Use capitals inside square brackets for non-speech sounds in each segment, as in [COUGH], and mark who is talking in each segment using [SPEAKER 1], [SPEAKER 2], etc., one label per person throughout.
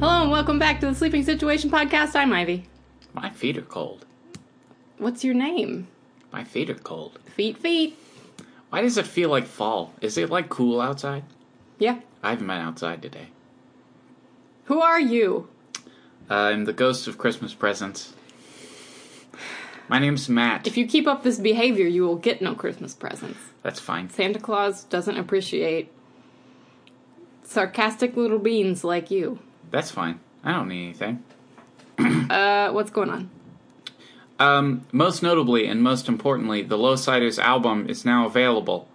[SPEAKER 1] welcome back to the Sleeping Situation Podcast. I'm Ivy.
[SPEAKER 2] My feet are cold.
[SPEAKER 1] What's your name?
[SPEAKER 2] My feet are cold.
[SPEAKER 1] Feet, feet.
[SPEAKER 2] Why does it feel like fall? Is it like cool outside?
[SPEAKER 1] Yeah.
[SPEAKER 2] I haven't been outside today.
[SPEAKER 1] Who are you?
[SPEAKER 2] Uh, I'm the ghost of Christmas presents. My name's Matt.
[SPEAKER 1] If you keep up this behavior, you will get no Christmas presents.
[SPEAKER 2] That's fine.
[SPEAKER 1] Santa Claus doesn't appreciate sarcastic little beans like you.
[SPEAKER 2] That's fine. I don't need anything.
[SPEAKER 1] Uh, what's going on?
[SPEAKER 2] Um, most notably and most importantly, the Low Siders album is now available.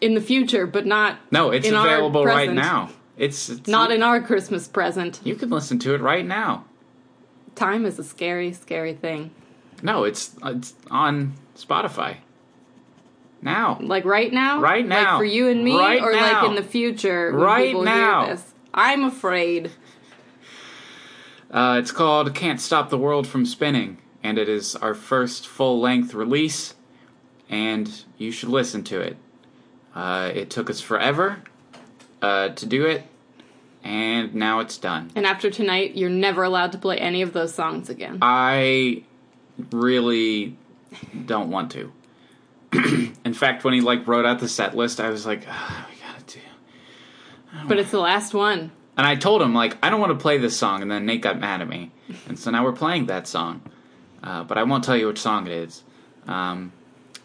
[SPEAKER 1] In the future, but not
[SPEAKER 2] No, it's
[SPEAKER 1] In our
[SPEAKER 2] available right
[SPEAKER 1] present.
[SPEAKER 2] now. It's, it's
[SPEAKER 1] not in our Christmas present.
[SPEAKER 2] You can listen to it right now.
[SPEAKER 1] Time is a scary, scary thing.
[SPEAKER 2] No, it's it's on Spotify. Now.
[SPEAKER 1] Like right now?
[SPEAKER 2] Right now.
[SPEAKER 1] Like for you and me
[SPEAKER 2] Right
[SPEAKER 1] or
[SPEAKER 2] now.
[SPEAKER 1] like in the future when
[SPEAKER 2] Right
[SPEAKER 1] people
[SPEAKER 2] now.
[SPEAKER 1] hear this? I'm afraid.
[SPEAKER 2] Uh, it's called Can't Stop the World from Spinning, and it is our first full length release, and you should listen to it. Uh, it took us forever uh, to do it, and now it's done.
[SPEAKER 1] And after tonight, you're never allowed to play any of those songs again.
[SPEAKER 2] I really don't want to. [CLEARS THROAT] In fact, when he like wrote out the set list, I was like, oh, "We gotta do."
[SPEAKER 1] but it's the last one.
[SPEAKER 2] And I told him like, "I don't want to play this song," and then Nate got mad at me, and so now we're playing that song. Uh, but I won't tell you which song it is. Um,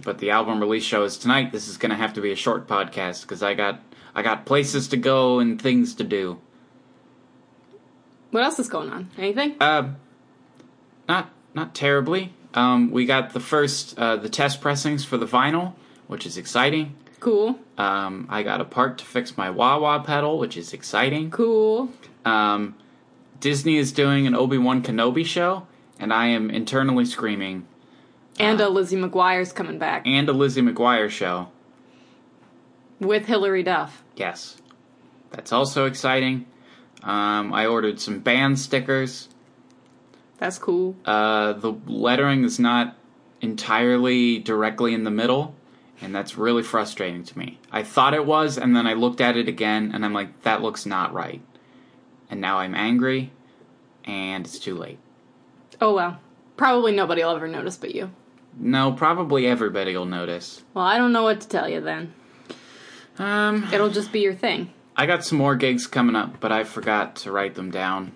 [SPEAKER 2] but the album release show is tonight. This is gonna have to be a short podcast because I got I got places to go and things to do.
[SPEAKER 1] What else is going on? Anything?
[SPEAKER 2] Uh, not not terribly. Um, we got the first uh, the test pressings for the vinyl, which is exciting.
[SPEAKER 1] cool.
[SPEAKER 2] Um, I got a part to fix my wah wah pedal, which is exciting.
[SPEAKER 1] Cool.
[SPEAKER 2] Um, Disney is doing an Obi Wan Kenobi show, and I am internally screaming.
[SPEAKER 1] And uh, Lizzie McGuire's coming back
[SPEAKER 2] And a Lizzie McGuire show.
[SPEAKER 1] with Hilary Duff.
[SPEAKER 2] Yes, that's also exciting. Um, I ordered some band stickers.
[SPEAKER 1] That's cool.
[SPEAKER 2] Uh, the lettering is not entirely directly in the middle, and that's really frustrating to me. I thought it was, and then I looked at it again, and I'm like, that looks not right. And now I'm angry, and it's too late.
[SPEAKER 1] Oh well. Probably nobody will ever notice but you.
[SPEAKER 2] No, probably everybody will notice.
[SPEAKER 1] Well, I don't know what to tell you then.
[SPEAKER 2] Um,
[SPEAKER 1] It'll just be your thing.
[SPEAKER 2] I got some more gigs coming up, but I forgot to write them down.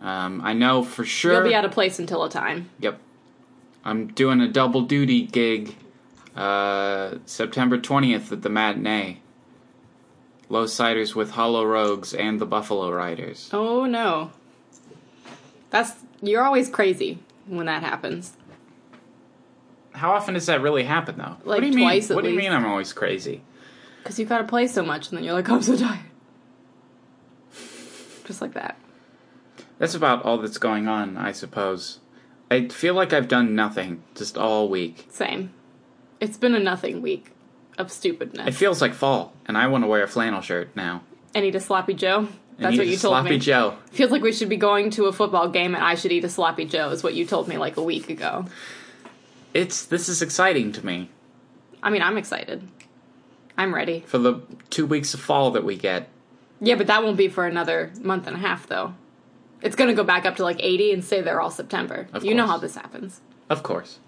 [SPEAKER 2] Um, I know for sure.
[SPEAKER 1] You'll be out of place until a time.
[SPEAKER 2] Yep. I'm doing a double duty gig uh, September 20th at the matinee. Low Siders with Hollow Rogues and the Buffalo Riders.
[SPEAKER 1] Oh no. That's you're always crazy when that happens.
[SPEAKER 2] How often does that really happen, though?
[SPEAKER 1] Like
[SPEAKER 2] what do you
[SPEAKER 1] twice
[SPEAKER 2] mean?
[SPEAKER 1] at
[SPEAKER 2] what do you
[SPEAKER 1] least.
[SPEAKER 2] mean I'm always crazy?
[SPEAKER 1] Because you gotta play so much and then you're like, I'm so tired. Just like that.
[SPEAKER 2] That's about all that's going on, I suppose. I feel like I've done nothing just all week.
[SPEAKER 1] Same. It's been a nothing week of
[SPEAKER 2] It
[SPEAKER 1] stupidness.
[SPEAKER 2] feels like fall, and I want to wear a flannel shirt now.
[SPEAKER 1] and eat a sloppy Joe.
[SPEAKER 2] I
[SPEAKER 1] That's
[SPEAKER 2] need
[SPEAKER 1] what
[SPEAKER 2] a
[SPEAKER 1] you told
[SPEAKER 2] sloppy
[SPEAKER 1] me.
[SPEAKER 2] Joe.
[SPEAKER 1] Feels like we should be going to a football game and I should eat a sloppy Joe is what you told me like a week ago.
[SPEAKER 2] It's this is exciting to me
[SPEAKER 1] I mean, I'm excited. I'm ready.
[SPEAKER 2] for the two weeks of fall that we get.
[SPEAKER 1] Yeah, but that won't be for another month and a half, though. It's going to go back up to like 80 and stay there all September.
[SPEAKER 2] Of
[SPEAKER 1] you know
[SPEAKER 2] course.
[SPEAKER 1] how this happens.
[SPEAKER 2] Of course.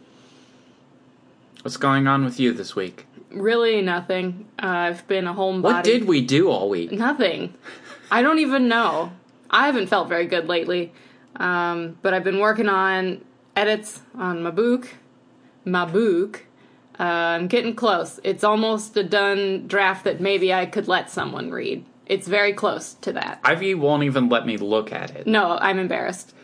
[SPEAKER 2] What's going on with you this week?
[SPEAKER 1] Really, nothing. Uh, I've been a homebody.
[SPEAKER 2] What did we do all week?
[SPEAKER 1] Nothing. I don't even know. I haven't felt very good lately, um, but I've been working on edits on my book. My book. Uh, I'm getting close. It's almost a done draft that maybe I could let someone read. It's very close to that.
[SPEAKER 2] Ivy won't even let me look at it.
[SPEAKER 1] No, I'm embarrassed.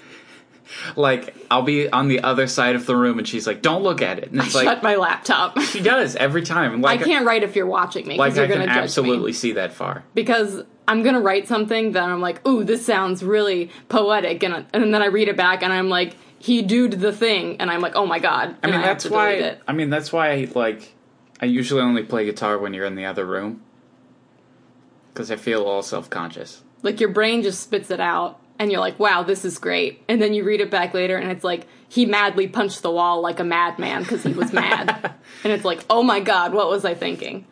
[SPEAKER 2] Like I'll be on the other side of the room, and she's like, "Don't look at it." And it's like
[SPEAKER 1] Shut my laptop.
[SPEAKER 2] she does every time. And
[SPEAKER 1] I
[SPEAKER 2] Like
[SPEAKER 1] can't write if you're watching me because
[SPEAKER 2] Like I
[SPEAKER 1] you're
[SPEAKER 2] can
[SPEAKER 1] going to judge
[SPEAKER 2] absolutely
[SPEAKER 1] me.
[SPEAKER 2] see that far.
[SPEAKER 1] Because I'm going to write something that I'm like, ooh, this sounds really poetic, and, and then I read it back and I'm like, he doed the thing, and I'm like, oh my god.
[SPEAKER 2] I
[SPEAKER 1] and
[SPEAKER 2] mean,
[SPEAKER 1] have
[SPEAKER 2] that's
[SPEAKER 1] to
[SPEAKER 2] why.
[SPEAKER 1] delete it.
[SPEAKER 2] I mean, that's why. Like, I usually only play guitar when you're in the other room because I feel all self-conscious.
[SPEAKER 1] like your brain just spits it out, and you're like, wow, this is great, and then you read it back later, and it's like he madly punched the wall like a madman because he was mad, and it's like, oh my god, what was I thinking?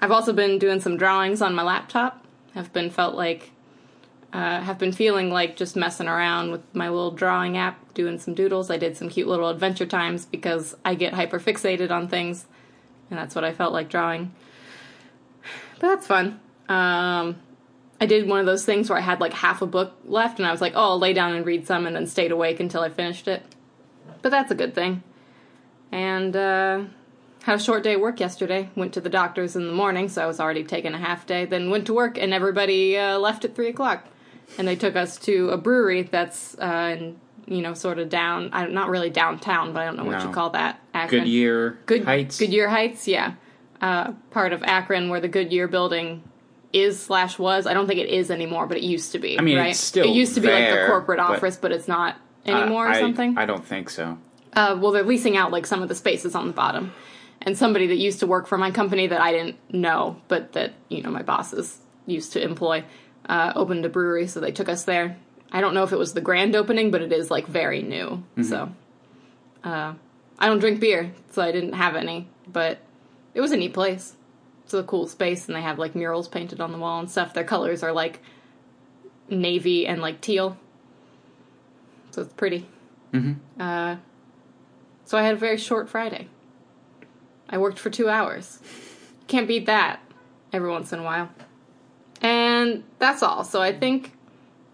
[SPEAKER 1] I've also been doing some drawings on my laptop. I've been felt like uh, have been feeling like just messing around with my little drawing app, doing some doodles. I did some cute little adventure times because I get hyper fixated on things, and that's what I felt like drawing. But that's fun. Um, I did one of those things where I had like half a book left, and I was like, oh, I'll lay down and read some, and then stayed awake until I finished it. But that's a good thing. And uh, had a short day at work yesterday. Went to the doctor's in the morning, so I was already taking a half day. Then went to work, and everybody uh, left at three o'clock. And they took us to a brewery that's, uh, in, you know, sort of down. I, not really downtown, but I don't know what
[SPEAKER 2] No.
[SPEAKER 1] you call that. Akron.
[SPEAKER 2] Goodyear
[SPEAKER 1] Good
[SPEAKER 2] Heights.
[SPEAKER 1] Goodyear Heights, yeah. Uh, part of Akron where the Goodyear building is slash was. I don't think it is anymore, but it used to be.
[SPEAKER 2] I mean,
[SPEAKER 1] right?
[SPEAKER 2] it's still
[SPEAKER 1] it used to be like
[SPEAKER 2] there,
[SPEAKER 1] the corporate
[SPEAKER 2] but-
[SPEAKER 1] office, but it's not
[SPEAKER 2] Uh,
[SPEAKER 1] anymore or
[SPEAKER 2] I-
[SPEAKER 1] something.
[SPEAKER 2] I don't think so.
[SPEAKER 1] uh, well, they're leasing out like some of the spaces on the bottom, and somebody that used to work for my company that I didn't know, but that you know my bosses used to employ, uh, opened a brewery, so they took us there. I don't know if it was the grand opening, but it is like very new. So, uh, I don't drink beer, so I didn't have any, but it was a neat place. It's a cool space, and they have like murals painted on the wall and stuff. Their colors are like navy and like teal, so it's pretty. So I had a very short Friday. I worked for two hours. Can't beat that every once in a while. And that's all. So I think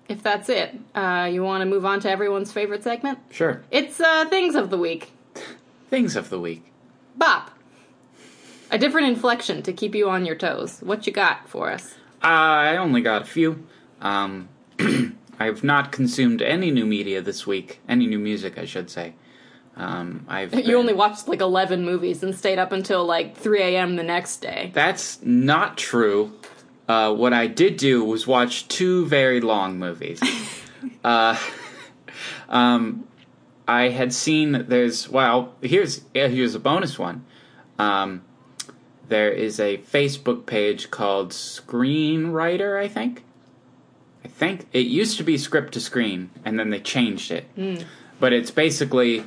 [SPEAKER 1] if that's it, uh, you want to move on to everyone's favorite segment?
[SPEAKER 2] Sure.
[SPEAKER 1] It's uh, Things of the Week.
[SPEAKER 2] Things of the week.
[SPEAKER 1] Bop! A different inflection to keep you on your toes. What you got for us?
[SPEAKER 2] Uh, I only got a few. Um, [CLEARS THROAT] I have not consumed any new media this week. Any new music, I should say. Um, I've
[SPEAKER 1] You
[SPEAKER 2] been-
[SPEAKER 1] only watched like 11 movies and stayed up until like 3 a.m. the next day.
[SPEAKER 2] That's not true. Uh, what I did do was watch two very long movies. uh, [LAUGHS] um, I had seen there's well here's yeah, here's a bonus one. Um, there is a Facebook page called Screenwriter, I think. I think it used to be Script to Screen, and then they changed it. But it's basically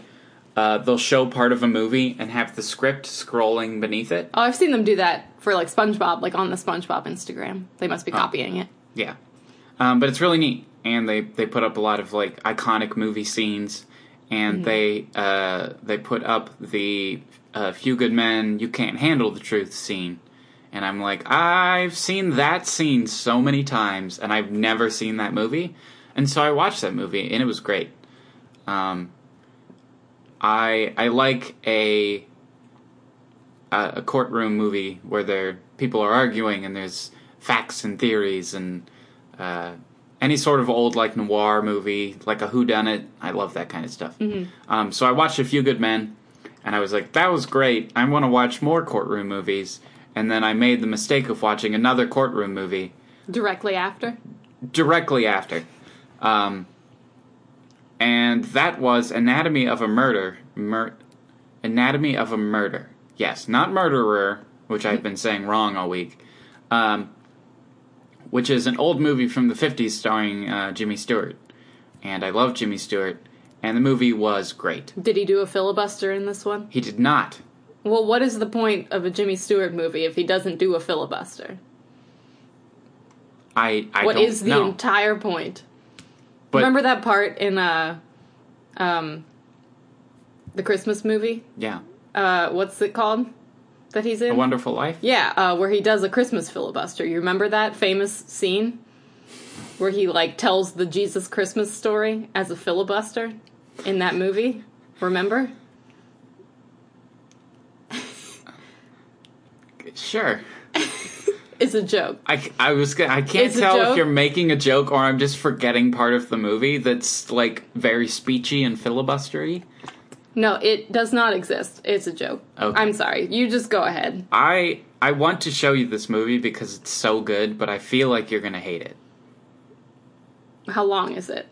[SPEAKER 2] uh, they'll show part of a movie and have the script scrolling beneath it.
[SPEAKER 1] Oh, I've seen them do that for like SpongeBob, like on the SpongeBob Instagram. They must be copying it.
[SPEAKER 2] Yeah, um, but it's really neat, and they they put up a lot of like iconic movie scenes, and they uh, they put up the uh, "Few Good Men, You Can't Handle the Truth" scene, and I'm like, I've seen that scene so many times, and I've never seen that movie, and so I watched that movie, and it was great. Um, I I like a a a courtroom movie where there people are arguing and there's facts and theories and uh, any sort of old like noir movie, like a whodunit. I love that kind of stuff. Um, so I watched a few Good Men, and I was like, that was great. I want to watch more courtroom movies. And then I made the mistake of watching another courtroom movie
[SPEAKER 1] Directly after?
[SPEAKER 2] directly after. Um, and that was Anatomy of a Murder. Mur- Anatomy of a Murder. Yes, not Murderer, which I've been saying wrong all week. Um, which is an old movie from the 50s starring uh, Jimmy Stewart. And I love Jimmy Stewart. And the movie was great.
[SPEAKER 1] Did he do a filibuster in this one?
[SPEAKER 2] He did not.
[SPEAKER 1] Well, what is the point of a Jimmy Stewart movie if he doesn't do a filibuster?
[SPEAKER 2] I, I
[SPEAKER 1] What
[SPEAKER 2] don't
[SPEAKER 1] is the
[SPEAKER 2] know.
[SPEAKER 1] entire point?
[SPEAKER 2] But-
[SPEAKER 1] Remember that part in uh, um, the Christmas movie?
[SPEAKER 2] yeah.
[SPEAKER 1] Uh, what's it called that he's
[SPEAKER 2] A
[SPEAKER 1] in?
[SPEAKER 2] Wonderful Life?
[SPEAKER 1] Yeah, uh, where he does a Christmas filibuster. You remember that famous scene where he like tells the Jesus Christmas story as a filibuster in that movie? Remember?
[SPEAKER 2] Sure.
[SPEAKER 1] It's a joke.
[SPEAKER 2] I, I was gonna, I can't
[SPEAKER 1] It's a
[SPEAKER 2] tell if
[SPEAKER 1] joke?
[SPEAKER 2] you're making a joke or I'm just forgetting part of the movie that's like very speechy and filibustery.
[SPEAKER 1] No, it does not exist. It's a joke.
[SPEAKER 2] Okay.
[SPEAKER 1] I'm sorry. You just go ahead.
[SPEAKER 2] I I want to show you this movie because it's so good, but I feel like you're gonna hate it.
[SPEAKER 1] How long is it?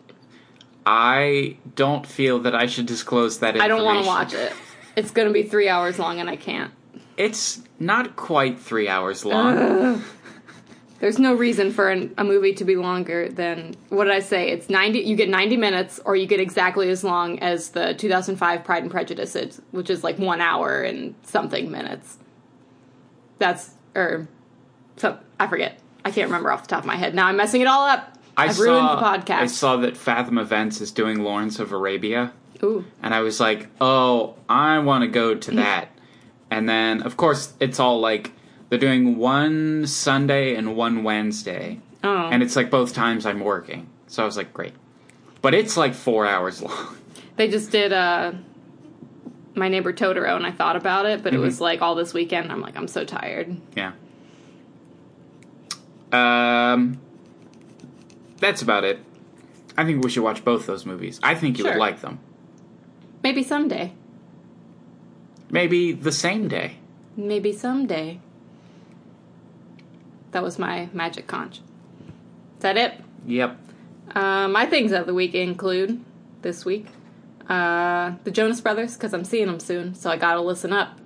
[SPEAKER 2] I don't feel that I should disclose that.
[SPEAKER 1] I
[SPEAKER 2] Information.
[SPEAKER 1] don't want to watch it. It's going to be three hours long and I can't.
[SPEAKER 2] It's not quite three hours long.
[SPEAKER 1] There's no reason for an, a movie to be longer than what did I say? It's 90. You get 90 minutes, or you get exactly as long as the 2005 Pride and Prejudice, is, which is like one hour and something minutes. er, That's or so I forget. I can't remember off the top of my head. Now I'm messing it all up.
[SPEAKER 2] I
[SPEAKER 1] I've
[SPEAKER 2] saw,
[SPEAKER 1] ruined the podcast.
[SPEAKER 2] I saw that Fathom Events is doing Lawrence of Arabia,
[SPEAKER 1] Ooh.
[SPEAKER 2] and I was like, "Oh, I want to go
[SPEAKER 1] Mm.
[SPEAKER 2] to that." and then, of course, it's all like they're doing one Sunday and one Wednesday,
[SPEAKER 1] Oh.
[SPEAKER 2] and it's like both times I'm working, so I was like, "Great," but it's like four hours [LAUGHS] long.
[SPEAKER 1] They just did uh, My Neighbor Totoro, and I thought about it, but it was like all this weekend. I'm like, I'm so tired.
[SPEAKER 2] yeah. Um, that's about it. I think we should watch both those movies. I think you would
[SPEAKER 1] Sure.
[SPEAKER 2] like them.
[SPEAKER 1] Maybe someday.
[SPEAKER 2] Maybe the same day.
[SPEAKER 1] Maybe someday. That was my magic conch. Is that it?
[SPEAKER 2] Yep.
[SPEAKER 1] Uh, my things of the week include this week uh, the Jonas Brothers, because I'm seeing them soon, so I gotta listen up.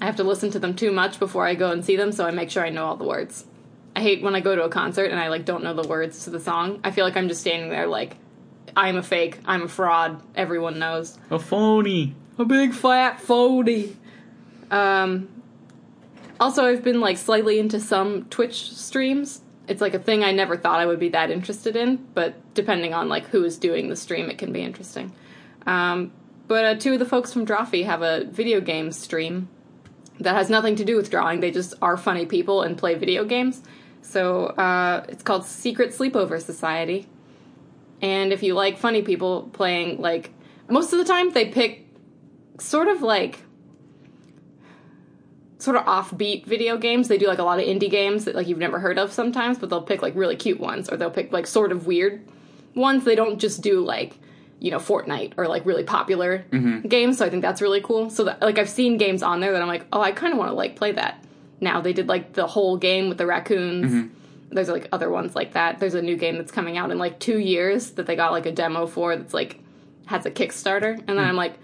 [SPEAKER 1] I have to listen to them too much before I go and see them, so I make sure I know all the words. I hate when I go to a concert and I like don't know the words to the song. I feel like I'm just standing there like, I'm a fake, I'm a fraud, everyone knows.
[SPEAKER 2] A Oh, phony.
[SPEAKER 1] A big fat forty. Um, also, I've been like slightly into some Twitch streams. It's like a thing I never thought I would be that interested in, but depending on like who is doing the stream, it can be interesting. Um, but uh, two of the folks from Drawfee have a video game stream that has nothing to do with drawing. They just are funny people and play video games. So uh, it's called Secret Sleepover Society. And if you like funny people playing, like most of the time, they pick sort of like sort of offbeat video games. They do like a lot of indie games that like you've never heard of sometimes, but they'll pick like really cute ones or they'll pick like sort of weird ones. They don't just do like you know Fortnite or like really popular games. So I think that's really cool. So that, like I've seen games on there that I'm like, oh, I kind of want to like play that. Now they did like the whole game with the raccoons. There's like other ones like that. There's a new game that's coming out in like two years that they got like a demo for that's like has a Kickstarter. And then I'm like,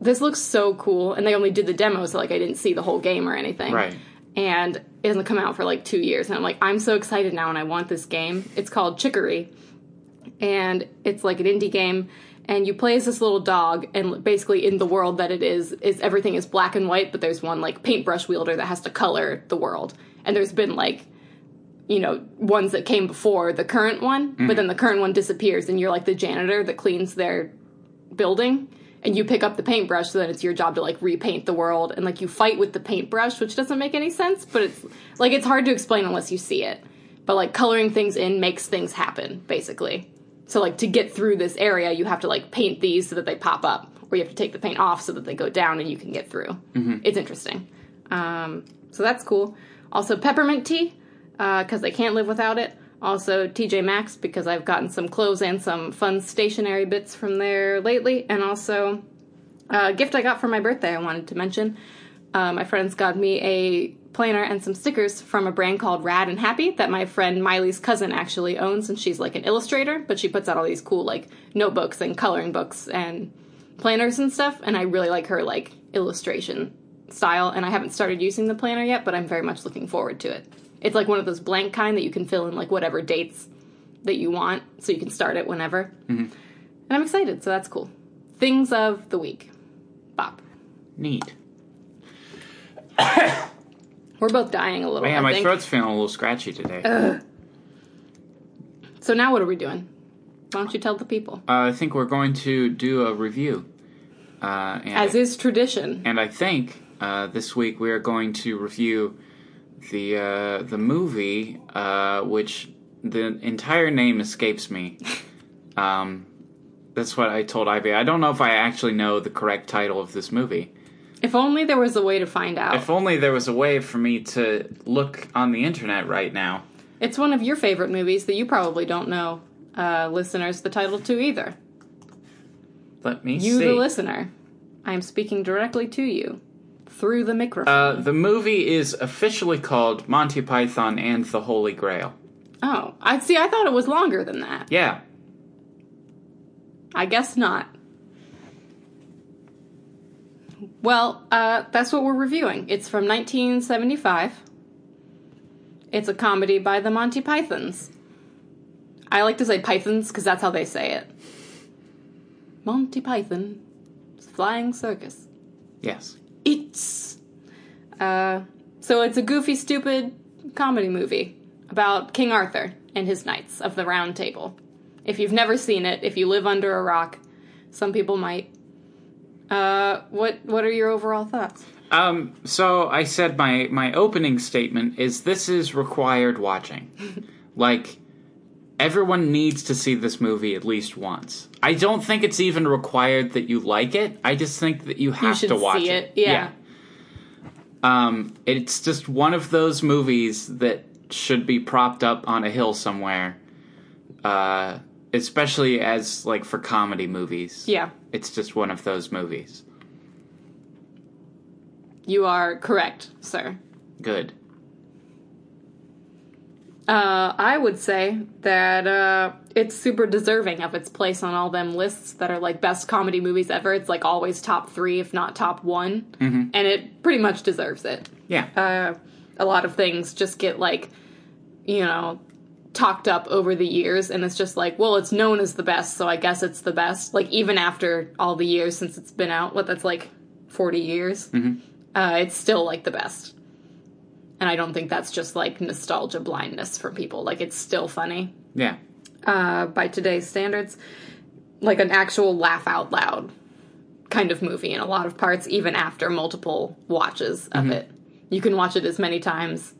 [SPEAKER 1] this looks so cool. And they only did the demo, so like I didn't see the whole game or anything.
[SPEAKER 2] Right.
[SPEAKER 1] And it hasn't come out for like two years. And I'm like, I'm so excited now and I want this game. It's called Chicory. And it's like an indie game. And you play as this little dog, and basically in the world that it is, is everything is black and white, but there's one like paintbrush wielder that has to color the world. And there's been like you know ones that came before the current one but then the current one disappears and you're like the janitor that cleans their building and you pick up the paintbrush so then it's your job to like repaint the world and like you fight with the paintbrush which doesn't make any sense but it's like it's hard to explain unless you see it but like coloring things in makes things happen basically so like to get through this area you have to like paint these so that they pop up or you have to take the paint off so that they go down and you can get through it's interesting um, so that's cool also peppermint tea because I can't live without it. Also, TJ Maxx because I've gotten some clothes and some fun stationery bits from there lately, and also uh, a gift I got for my birthday. I wanted to mention uh, my friends got me a planner and some stickers from a brand called Rad and Happy that my friend Miley's cousin actually owns, and she's like an illustrator, but she puts out all these cool like notebooks and coloring books and planners and stuff. And I really like her like illustration style, and I haven't started using the planner yet, but I'm very much looking forward to it. It's like one of those blank kind that you can fill in like whatever dates that you want, so you can start it whenever.
[SPEAKER 2] Mm-hmm.
[SPEAKER 1] And I'm excited, so that's cool. Things of the week, Bob.
[SPEAKER 2] Neat.
[SPEAKER 1] We're both dying a little.
[SPEAKER 2] Man,
[SPEAKER 1] I
[SPEAKER 2] my
[SPEAKER 1] think.
[SPEAKER 2] throat's feeling a little scratchy today. Uh,
[SPEAKER 1] So now what are we doing? Why don't you tell the people?
[SPEAKER 2] Uh, I think we're going to do a review. Uh, and,
[SPEAKER 1] As is tradition.
[SPEAKER 2] and I think uh, this week we are going to review the uh, the movie, uh, which the entire name escapes
[SPEAKER 1] [LAUGHS]
[SPEAKER 2] me. um, that's what I told Ivy. I don't know if I actually know the correct title of this movie.
[SPEAKER 1] If only there was a way to find out.
[SPEAKER 2] If only there was a way for me to look on the internet right now.
[SPEAKER 1] it's one of your favorite movies that you probably don't know, uh, listeners, the title to either.
[SPEAKER 2] Let me
[SPEAKER 1] You,
[SPEAKER 2] see.
[SPEAKER 1] the listener. I am speaking directly to you through the microphone.
[SPEAKER 2] Uh, the movie is officially called Monty Python and the Holy Grail.
[SPEAKER 1] oh, I see. I thought it was longer than that.
[SPEAKER 2] Yeah.
[SPEAKER 1] I guess not. Well, uh, that's what we're reviewing. It's from 1975. It's a comedy by the Monty Pythons. I like to say Pythons because that's how they say it. Monty Python, Flying Circus.
[SPEAKER 2] Yes.
[SPEAKER 1] It's. Uh, so it's a goofy, stupid comedy movie about King Arthur and his knights of the Round Table. If you've never seen it, if you live under a rock, some people might. Uh, what what are your overall thoughts?
[SPEAKER 2] Um, so I said my my opening statement is this is required watching.
[SPEAKER 1] [LAUGHS]
[SPEAKER 2] like everyone needs to see this movie at least once. I don't think it's even required that you like it. I just think that you have
[SPEAKER 1] should
[SPEAKER 2] to watch
[SPEAKER 1] see
[SPEAKER 2] it.
[SPEAKER 1] it, yeah.
[SPEAKER 2] Um, it's just one of those movies that should be propped up on a hill somewhere. Uh, especially as like for comedy movies.
[SPEAKER 1] Yeah,
[SPEAKER 2] It's just one of those movies.
[SPEAKER 1] you are correct, sir.
[SPEAKER 2] Good.
[SPEAKER 1] Uh, I would say that uh, it's super deserving of its place on all them lists that are like best comedy movies ever. It's like always top three, if not top one, and it pretty much deserves it.
[SPEAKER 2] Yeah.
[SPEAKER 1] uh, a lot of things just get like you know talked up over the years and it's just like well it's known as the best so i guess it's the best like even after all the years since it's been out what that's like 40 years uh, it's still like the best and i don't think that's just like nostalgia blindness for people like it's still funny
[SPEAKER 2] yeah.
[SPEAKER 1] uh, by today's standards, like an actual laugh out loud kind of movie in a lot of parts, even after multiple watches of it. You can watch it as many times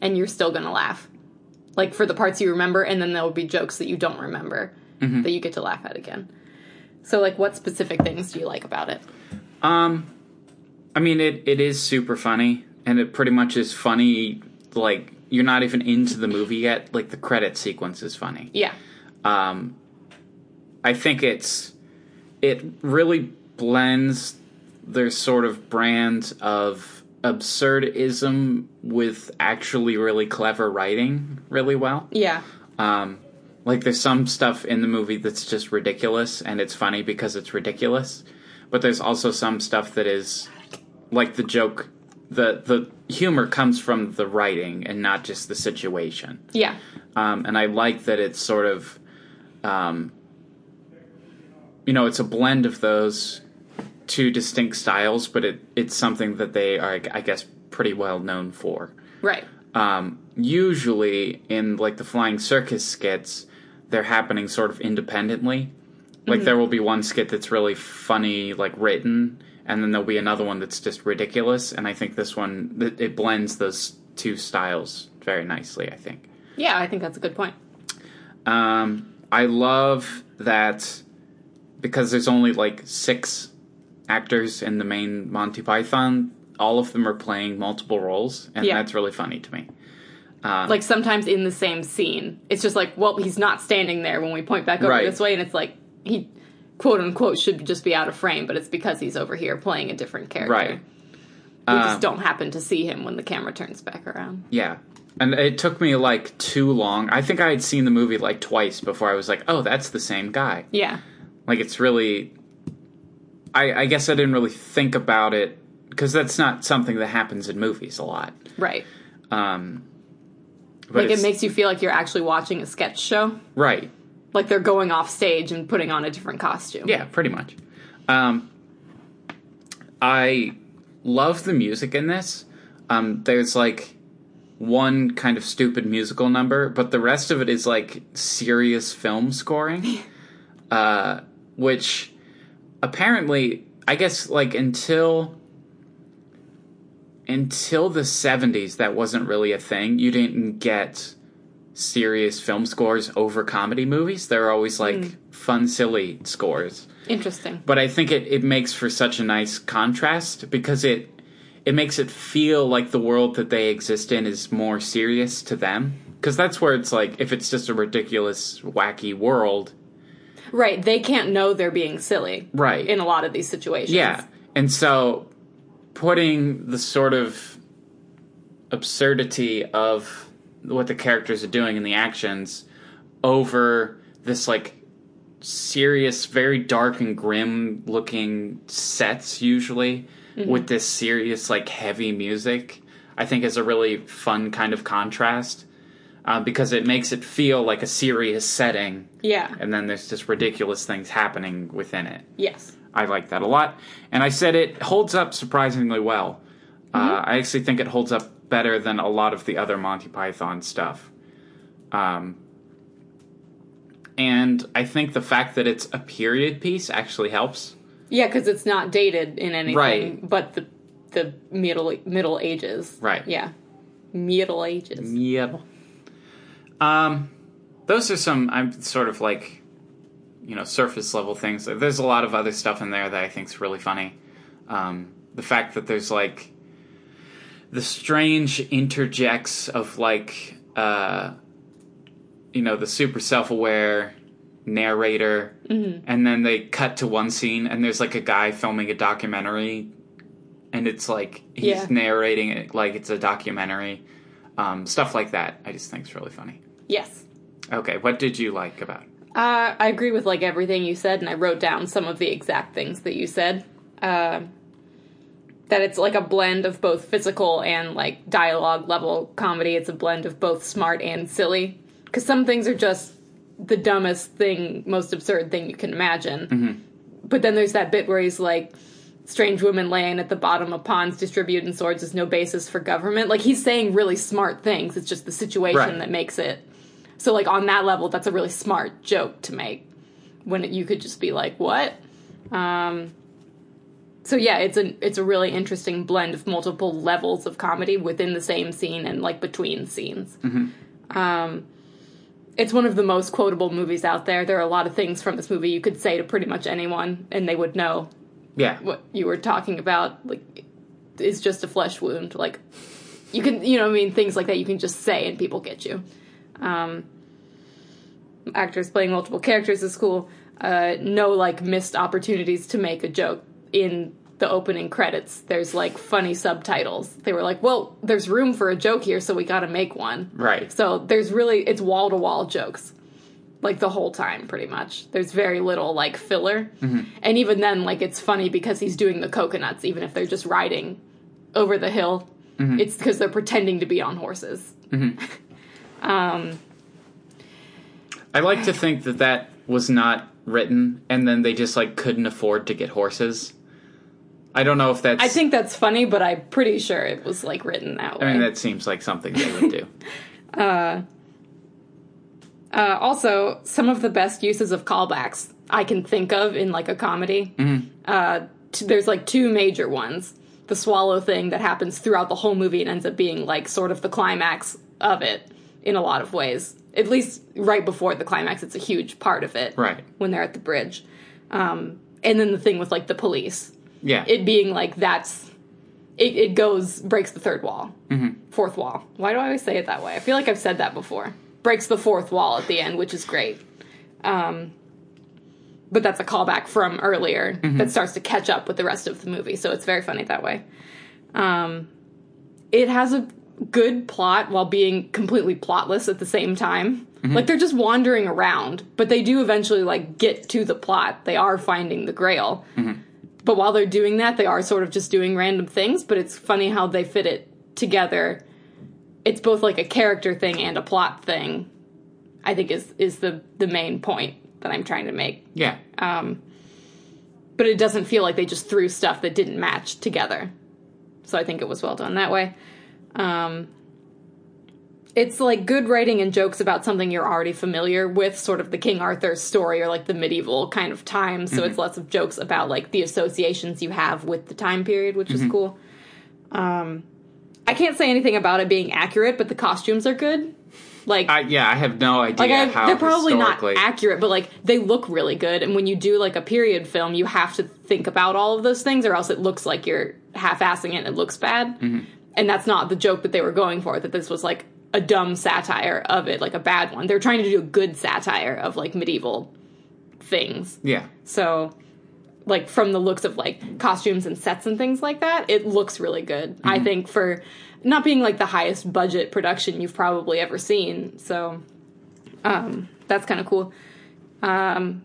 [SPEAKER 1] and you're still going to laugh. Like for the parts you remember, and then there will be jokes that you don't remember that you get to laugh at again. So, like, what specific things do you like about it?
[SPEAKER 2] Um, I mean it. It is super funny, and it pretty much is funny. Like you're not even into the movie yet. Like the credit sequence is funny.
[SPEAKER 1] Yeah.
[SPEAKER 2] Um, I think it's it really blends their sort of brand of absurdism with actually really clever writing really well.
[SPEAKER 1] Yeah.
[SPEAKER 2] Um, like there's some stuff in the movie that's just ridiculous, and it's funny because it's ridiculous. But there's also some stuff that is like the joke, the the humor comes from the writing and not just the situation.
[SPEAKER 1] Yeah.
[SPEAKER 2] Um, and I like that it's sort of, um, you know, it's a blend of those two distinct styles, but it it's something that they are, I guess, pretty well known for
[SPEAKER 1] Right.
[SPEAKER 2] um, usually in like the flying circus skits, they're happening sort of independently. Like there will be one skit that's really funny, like written, and then there'll be another one that's just ridiculous. And I think this one th- it blends those two styles very nicely. I think.
[SPEAKER 1] Yeah, I think that's a good point.
[SPEAKER 2] Um, I love that because there's only like six actors in the main Monty Python. All of them are playing multiple roles, and
[SPEAKER 1] Yeah.
[SPEAKER 2] that's really funny to me.
[SPEAKER 1] like sometimes in the same scene. It's just like, well, he's not standing there when we point back over
[SPEAKER 2] Right.
[SPEAKER 1] this way, and it's like he quote unquote should just be out of frame, but it's because he's over here playing a different character.
[SPEAKER 2] Right. Um,
[SPEAKER 1] We just don't happen to see him when the camera turns back around.
[SPEAKER 2] Yeah. And it took me like too long. I think I had seen the movie like twice before I was like, oh, that's the same guy.
[SPEAKER 1] Yeah.
[SPEAKER 2] Like, it's really. I, I guess I didn't really think about it because that's not something that happens in movies a lot.
[SPEAKER 1] Right.
[SPEAKER 2] Um, but
[SPEAKER 1] Like it
[SPEAKER 2] it's-
[SPEAKER 1] makes you feel like you're actually watching a sketch show.
[SPEAKER 2] Right.
[SPEAKER 1] Like they're going off stage and putting on a different costume.
[SPEAKER 2] Yeah, pretty much. Um, I love the music in this. Um, there's like one kind of stupid musical number, but the rest of it is like serious film scoring, uh, which apparently, I guess, like until until the 70s that wasn't really a thing you didn't get serious film scores over comedy movies they were always like fun silly scores
[SPEAKER 1] Interesting.
[SPEAKER 2] but I think it, it makes for such a nice contrast because it it makes it feel like the world that they exist in is more serious to them because that's where it's like if it's just a ridiculous wacky world
[SPEAKER 1] Right. They can't know they're being silly.
[SPEAKER 2] right
[SPEAKER 1] In a lot of these situations.
[SPEAKER 2] yeah and so putting the sort of absurdity of what the characters are doing and the actions over this like serious very dark and grim looking sets usually with this serious like heavy music i think is a really fun kind of contrast uh, because it makes it feel like a serious setting
[SPEAKER 1] Yeah.
[SPEAKER 2] and then there's just ridiculous things happening within it
[SPEAKER 1] Yes.
[SPEAKER 2] I like that a lot. And I said it holds up surprisingly well. Uh, I actually think it holds up better than a lot of the other Monty Python stuff. Um, and I think the fact that it's a period piece actually helps.
[SPEAKER 1] Yeah, because it's not dated in anything,
[SPEAKER 2] Right.
[SPEAKER 1] but the the middle Middle Ages.
[SPEAKER 2] Right.
[SPEAKER 1] Yeah. Middle Ages.
[SPEAKER 2] Yep. Um, those are some I'm sort of like, you know, surface level things. There's a lot of other stuff in there that I think's really funny. Um, the fact that there's like the strange interjects of like, uh, you know, the super self aware narrator,
[SPEAKER 1] Mm-hmm.
[SPEAKER 2] and then they cut to one scene and there's like a guy filming a documentary. And it's like he's
[SPEAKER 1] Yeah.
[SPEAKER 2] narrating it like it's a documentary um, stuff like that. I just think it's really funny.
[SPEAKER 1] Yes.
[SPEAKER 2] Okay, what did you like about?
[SPEAKER 1] Uh, I agree with like everything you said, and I wrote down some of the exact things that you said. Uh, that it's like a blend of both physical and like dialogue level comedy. It's a blend of both smart and silly. Because some things are just the dumbest thing, most absurd thing you can imagine. But then there's that bit where he's like, strange women laying at the bottom of ponds distributing swords is no basis for government. Like he's saying really smart things. It's just the situation
[SPEAKER 2] Right.
[SPEAKER 1] that makes it. So like on that level, that's a really smart joke to make. When it, you could just be like, what? Um, so yeah, it's an it's a really interesting blend of multiple levels of comedy within the same scene and like between scenes. Um, it's one of the most quotable movies out there. There are a lot of things from this movie you could say to pretty much anyone, and they would know
[SPEAKER 2] Yeah,
[SPEAKER 1] what you were talking about like is just a flesh wound like you can you know what i mean things like that you can just say and people get you um actors playing multiple characters is cool uh no like missed opportunities to make a joke in the opening credits there's like funny subtitles they were like well there's room for a joke here so we gotta make one
[SPEAKER 2] right.
[SPEAKER 1] so there's really it's wall to wall jokes. Like the whole time pretty much. There's very little like filler. And even then like it's funny because he's doing the coconuts even if they're just riding over the hill.
[SPEAKER 2] Mm-hmm.
[SPEAKER 1] It's because they're pretending to be on horses.
[SPEAKER 2] I like to think that that was not written, and then they just like couldn't afford to get horses. I don't know if that's.
[SPEAKER 1] I think that's funny, but I'm pretty sure it was like written that way.
[SPEAKER 2] I mean, that seems like something they
[SPEAKER 1] [LAUGHS]
[SPEAKER 2] would do.
[SPEAKER 1] Uh, also, some of the best uses of callbacks I can think of in like a comedy.
[SPEAKER 2] Mm-hmm.
[SPEAKER 1] Uh, t- there's like two major ones: the swallow thing that happens throughout the whole movie and ends up being like sort of the climax of it in a lot of ways. At least right before the climax, it's a huge part of it.
[SPEAKER 2] Right.
[SPEAKER 1] when they're at the bridge, um, and then the thing with like the police,
[SPEAKER 2] Yeah,
[SPEAKER 1] it being like that's it, it goes breaks the third wall fourth wall why do i always say it that way i feel like i've said that before breaks the fourth wall at the end which is great um, but that's a callback from earlier that starts to catch up with the rest of the movie so it's very funny that way um, it has a good plot while being completely plotless at the same time like they're just wandering around but they do eventually like get to the plot they are finding the grail but while they're doing that, they are sort of just doing random things, but it's funny how they fit it together. It's both like a character thing and a plot thing. I think is is the the main point that I'm trying to make.
[SPEAKER 2] yeah,
[SPEAKER 1] Um but it doesn't feel like they just threw stuff that didn't match together. So I think it was well done that way. Um it's like good writing and jokes about something you're already familiar with, sort of the King Arthur story or like the medieval kind of time. So it's lots of jokes about like the associations you have with the time period, which is cool. Um, I can't say anything about it being accurate, but the costumes are good. Like
[SPEAKER 2] I, yeah. I have no idea
[SPEAKER 1] like I,
[SPEAKER 2] how
[SPEAKER 1] they're probably not
[SPEAKER 2] historically-
[SPEAKER 1] accurate, but like they look really good. And when you do like a period film, you have to think about all of those things, or else it looks like you're half-assing it and it looks bad.
[SPEAKER 2] Mm-hmm.
[SPEAKER 1] And that's not the joke that they were going for. That this was like a dumb satire of it, like a bad one. They're trying to do a good satire of like medieval things.
[SPEAKER 2] Yeah,
[SPEAKER 1] So, like from the looks of like costumes and sets and things like that, it looks really good. I think for not being like the highest budget production you've probably ever seen. So, um, that's kind of cool. Um,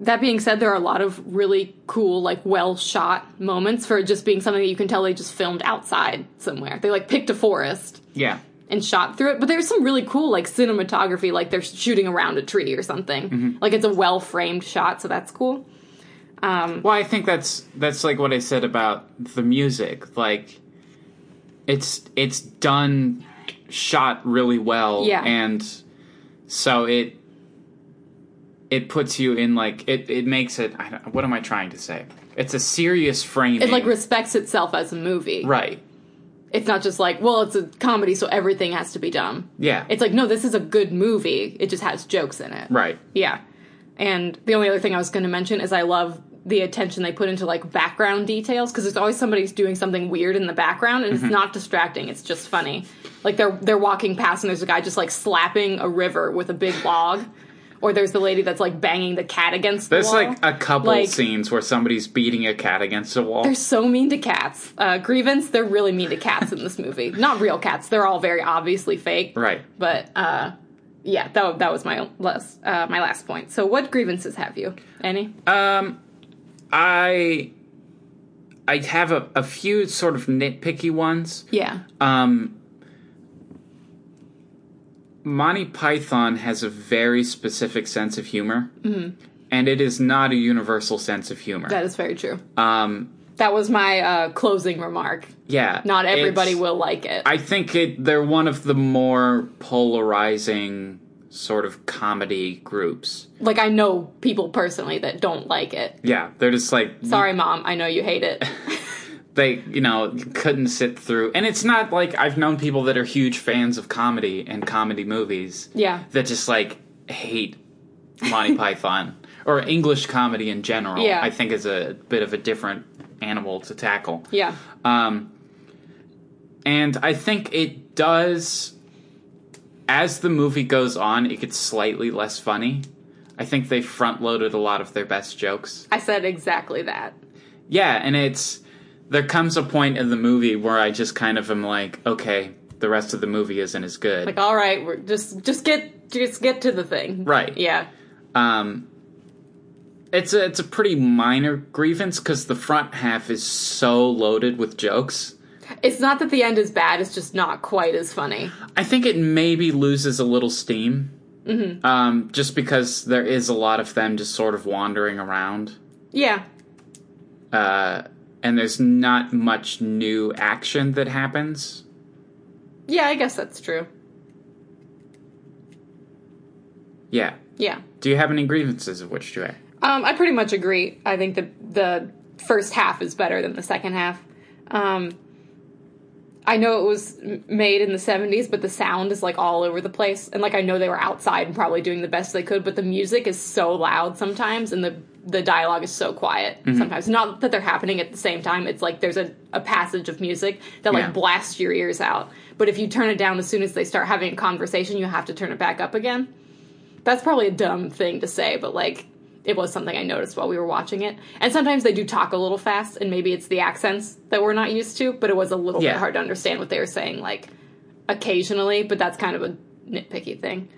[SPEAKER 1] that being said, there are a lot of really cool, like well shot moments for it just being something that you can tell they just filmed outside somewhere. They like picked a forest
[SPEAKER 2] yeah,
[SPEAKER 1] and shot through it. But there's some really cool like cinematography, like they're shooting around a tree or something. Like it's a well framed shot, so that's cool.
[SPEAKER 2] Well, I think that's that's like what I said about the music. Like, it's it's done, shot really well,
[SPEAKER 1] Yeah.
[SPEAKER 2] and so it it puts you in like it it makes it I don't, what am i trying to say it's a serious framing
[SPEAKER 1] It like respects itself as a movie.
[SPEAKER 2] right
[SPEAKER 1] It's not just like, well, it's a comedy, so everything has to be dumb.
[SPEAKER 2] yeah
[SPEAKER 1] It's like, no, this is a good movie. It just has jokes in it.
[SPEAKER 2] right
[SPEAKER 1] Yeah. And the only other thing I was going to mention is I love the attention they put into like background details because there's always somebody's doing something weird in the background and
[SPEAKER 2] Mm-hmm.
[SPEAKER 1] it's not distracting. It's just funny. Like they're they're walking past and there's a guy just like slapping a river with a big log, or there's the lady that's like banging the cat against.
[SPEAKER 2] there's
[SPEAKER 1] the wall.
[SPEAKER 2] like a couple
[SPEAKER 1] Like-
[SPEAKER 2] scenes where somebody's beating a cat against a wall
[SPEAKER 1] They're so mean to cats. Uh, Grievance, they're really mean to cats in this movie. Not real cats. They're all very obviously fake.
[SPEAKER 2] right
[SPEAKER 1] But uh, yeah, that, that was my last uh, my last point. So, what grievances have you? Any?
[SPEAKER 2] Um, I I have a, a few sort of nitpicky ones.
[SPEAKER 1] yeah.
[SPEAKER 2] Um, Monty Python has a very specific sense of humor, and it is not a universal sense of humor.
[SPEAKER 1] Mm-hmm. That is very true.
[SPEAKER 2] um,
[SPEAKER 1] That was my uh, closing remark.
[SPEAKER 2] yeah,
[SPEAKER 1] Not everybody
[SPEAKER 2] it's-
[SPEAKER 1] will like it.
[SPEAKER 2] I think it, they're one of the more polarizing sort of comedy groups.
[SPEAKER 1] like I know people personally that don't like it.
[SPEAKER 2] Yeah, they're just like
[SPEAKER 1] Sorry, mom. I know you hate
[SPEAKER 2] [LAUGHS]
[SPEAKER 1] it.
[SPEAKER 2] they you know couldn't sit through and it's not like i've known people that are huge fans of comedy and comedy movies
[SPEAKER 1] Yeah.
[SPEAKER 2] that just like hate
[SPEAKER 1] [LAUGHS]
[SPEAKER 2] monty python or english comedy in general
[SPEAKER 1] Yeah.
[SPEAKER 2] i think is a bit of a different animal to tackle
[SPEAKER 1] Yeah.
[SPEAKER 2] um, and I think it does. As the movie goes on, it gets slightly less funny. I think they front loaded a lot of their best jokes.
[SPEAKER 1] I said exactly that.
[SPEAKER 2] Yeah, and it's. There comes a point in the movie where I just kind of am like, okay, the rest of the movie isn't as good.
[SPEAKER 1] Like, all right, we're just just get just get to the thing.
[SPEAKER 2] Right.
[SPEAKER 1] Yeah.
[SPEAKER 2] Um, it's a it's a pretty minor grievance because the front half is so loaded with jokes.
[SPEAKER 1] It's not that the end is bad, it's just not quite as funny.
[SPEAKER 2] I think it maybe loses a little steam. Um, just because there is a lot of them just sort of wandering around.
[SPEAKER 1] Yeah.
[SPEAKER 2] Uh, and there's not much new action that happens.
[SPEAKER 1] Yeah, I guess that's true.
[SPEAKER 2] Yeah.
[SPEAKER 1] Yeah.
[SPEAKER 2] Do you have any grievances of which to add?
[SPEAKER 1] Um, I pretty much agree. I think that the first half is better than the second half. Um, I know it was m- made in the 70s, but the sound is like all over the place. And like I know they were outside and probably doing the best they could, but the music is so loud sometimes and the the dialogue is so quiet sometimes. Not that they're happening at the same time. It's like there's a, a passage of music that like
[SPEAKER 2] Yeah.
[SPEAKER 1] blasts your ears out. But if you turn it down as soon as they start having a conversation, you have to turn it back up again that's probably a dumb thing to say, but like it was something I noticed while we were watching it. And sometimes they do talk a little fast, and maybe it's the accents that we're not used to, but it was a little
[SPEAKER 2] Yeah.
[SPEAKER 1] bit hard to understand what they were saying, like occasionally, but that's kind of a nitpicky thing.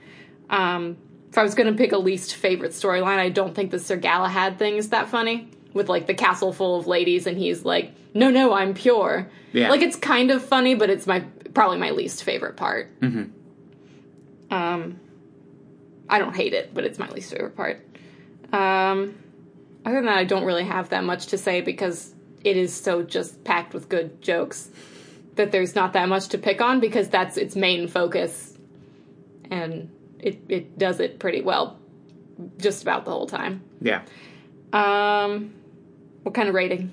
[SPEAKER 1] Um, if I was going to pick a least favorite storyline, I don't think the Sir Galahad thing is that funny. With like the castle full of ladies, and he's like, "No, no, I'm pure."
[SPEAKER 2] Yeah.
[SPEAKER 1] Like it's kind of funny, but it's my probably my least favorite part. Um, I don't hate it, but it's my least favorite part. Um, other than that, I don't really have that much to say because it is so just packed with good jokes that there's not that much to pick on because that's its main focus, and it it does it pretty well, just about the whole time.
[SPEAKER 2] Yeah.
[SPEAKER 1] Um, what kind of rating?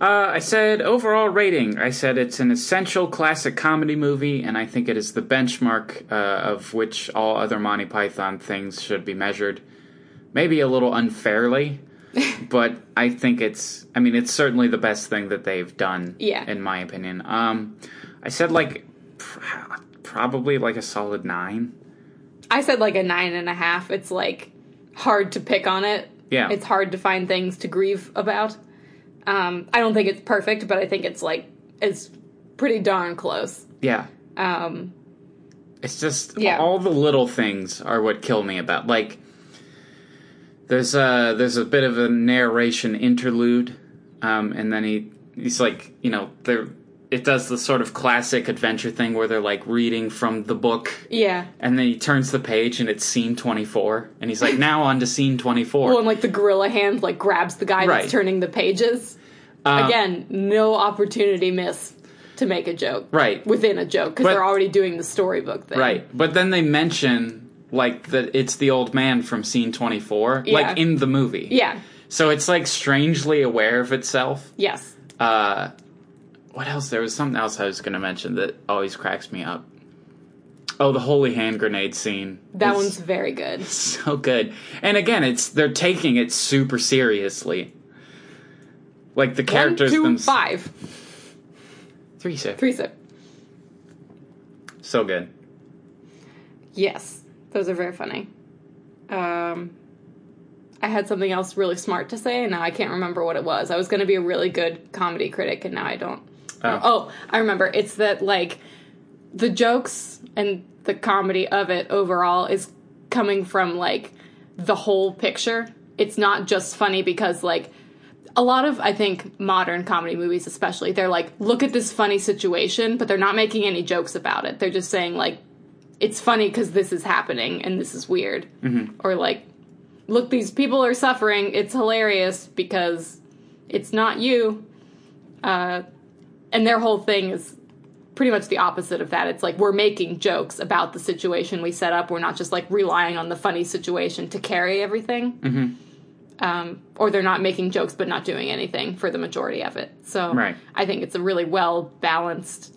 [SPEAKER 2] Uh, I said overall rating. I said it's an essential classic comedy movie, and I think it is the benchmark uh, of which all other Monty Python things should be measured. Maybe a
[SPEAKER 1] [LAUGHS]
[SPEAKER 2] little unfairly, but I think it's. I mean, it's certainly the best thing that they've done.
[SPEAKER 1] Yeah.
[SPEAKER 2] In my opinion, um, I said like pr- probably like a solid nine.
[SPEAKER 1] I said like a nine and a half. It's like hard to pick on it.
[SPEAKER 2] Yeah.
[SPEAKER 1] It's hard to find things to grieve about. Um, I don't think it's perfect, but I think it's like it's pretty darn close.
[SPEAKER 2] Yeah.
[SPEAKER 1] Um,
[SPEAKER 2] It's just
[SPEAKER 1] Yeah.
[SPEAKER 2] all the little things are what kill me about. Like there's a there's a bit of a narration interlude, um, and then he he's like you know they're it does the sort of classic adventure thing where they're like reading from the book,
[SPEAKER 1] yeah.
[SPEAKER 2] and then he turns the page and it's scene twenty four, and he's
[SPEAKER 1] [LAUGHS]
[SPEAKER 2] like now on to scene twenty four.
[SPEAKER 1] Well, and like the gorilla hand like grabs the guy
[SPEAKER 2] Right. Uh,
[SPEAKER 1] that's turning the pages. Again, no opportunity missed to make a joke
[SPEAKER 2] right,
[SPEAKER 1] within a joke because
[SPEAKER 2] But-
[SPEAKER 1] they're already doing the storybook thing.
[SPEAKER 2] right. But then they mention like that it's the old man from scene 24 like
[SPEAKER 1] Yeah.
[SPEAKER 2] in the movie
[SPEAKER 1] Yeah.
[SPEAKER 2] so it's like strangely aware of itself
[SPEAKER 1] Yes.
[SPEAKER 2] uh what else there was something else i was gonna mention that always cracks me up oh the holy hand grenade scene
[SPEAKER 1] That
[SPEAKER 2] is
[SPEAKER 1] one's very good.
[SPEAKER 2] so good and again it's they're taking it super seriously like the characters
[SPEAKER 1] One, two,
[SPEAKER 2] themselves
[SPEAKER 1] five.
[SPEAKER 2] three six
[SPEAKER 1] Three sip.
[SPEAKER 2] so good
[SPEAKER 1] Yes. Those are very funny. Um I had something else really smart to say and now I can't remember what it was. I was gonna be a really good comedy critic and now I don't.
[SPEAKER 2] Oh.
[SPEAKER 1] oh I remember. It's that like the jokes and the comedy of it overall is coming from like the whole picture. It's not just funny because like a lot of I think modern comedy movies especially they're like look at this funny situation but they're not making any jokes about it. They're just saying like it's funny cuz this is happening and this is weird. Or like look these people are suffering. It's hilarious because it's not you. Uh and their whole thing is pretty much the opposite of that. It's like we're making jokes about the situation we set up. We're not just like relying on the funny situation to carry everything. Mm-hmm. Um, or they're not making jokes but not doing anything for the majority of it. So
[SPEAKER 2] Right.
[SPEAKER 1] I think it's a really well balanced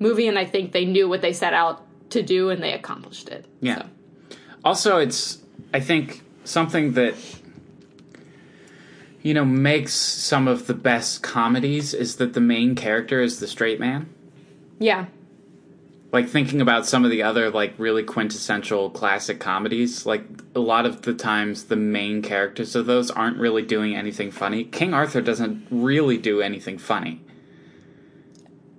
[SPEAKER 1] movie, and I think they knew what they set out to do and they accomplished it.
[SPEAKER 2] Yeah.
[SPEAKER 1] So,
[SPEAKER 2] Also, it's I think something that you know makes some of the best comedies is that the main character is the straight man.
[SPEAKER 1] yeah.
[SPEAKER 2] Like thinking about some of the other like really quintessential classic comedies, like a lot of the times the main characters of those aren't really doing anything funny. King Arthur doesn't really do anything funny.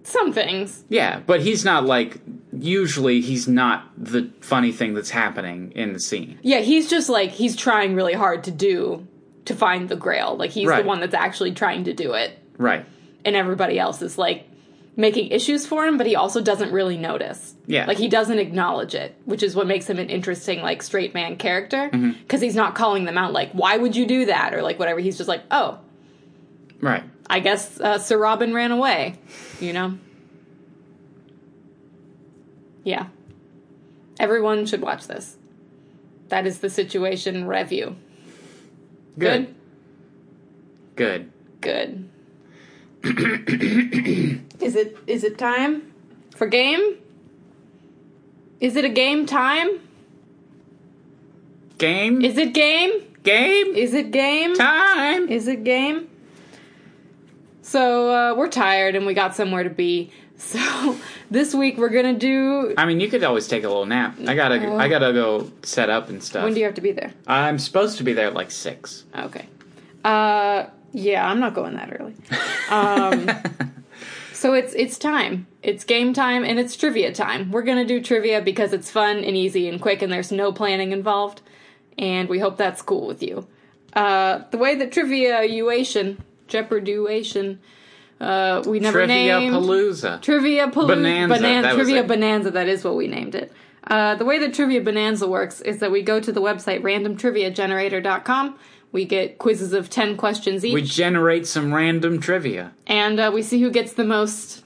[SPEAKER 1] Some things.
[SPEAKER 2] Yeah, but he's not like usually he's not the funny thing that's happening in the scene.
[SPEAKER 1] Yeah, he's just like he's trying really hard to do to find the grail. Like he's
[SPEAKER 2] Right.
[SPEAKER 1] the one that's actually trying to do it.
[SPEAKER 2] Right.
[SPEAKER 1] and everybody else is like making issues for him, but he also doesn't really notice.
[SPEAKER 2] Yeah.
[SPEAKER 1] Like he doesn't acknowledge it, which is what makes him an interesting like straight man character
[SPEAKER 2] Mm-hmm.
[SPEAKER 1] because he's not calling them out like why would you do that or like whatever. He's just like, "Oh,
[SPEAKER 2] Right.
[SPEAKER 1] I guess uh, Sir Robin ran away." You know? Yeah. Everyone should watch this. That is the situation review. Good.
[SPEAKER 2] Good.
[SPEAKER 1] Good. [COUGHS] is it is it time for game? Is it a game time?
[SPEAKER 2] Game.
[SPEAKER 1] Is it game?
[SPEAKER 2] game
[SPEAKER 1] Is it game?
[SPEAKER 2] time.
[SPEAKER 1] Is it game? So uh, we're tired and we got somewhere to be. [LAUGHS] So this week we're gonna do.
[SPEAKER 2] I mean, you could always take a little nap. I gotta, I gotta go set up and stuff.
[SPEAKER 1] When do you have to be there? Oh,
[SPEAKER 2] I'm supposed to be there at like six.
[SPEAKER 1] Okay. Uh, yeah, I'm not going that early. Um, so it's it's time. It's game time and it's trivia time. We're gonna do trivia because it's fun and easy and quick and there's no planning involved. And we hope that's cool with you. Uh, the way that triviauation, jeoparduation, uh, we never
[SPEAKER 2] Trivia
[SPEAKER 1] named
[SPEAKER 2] Palooza.
[SPEAKER 1] Trivia Paloo-
[SPEAKER 2] Bonanza,
[SPEAKER 1] Bonan-
[SPEAKER 2] that was
[SPEAKER 1] Trivia
[SPEAKER 2] it.
[SPEAKER 1] Bonanza, that is what we named it. Uh, the way that Trivia Bonanza works is that we go to the website randomtriviagenerator.com. We get quizzes of 10 questions each,
[SPEAKER 2] we generate some random trivia.
[SPEAKER 1] and uh, we see who gets the most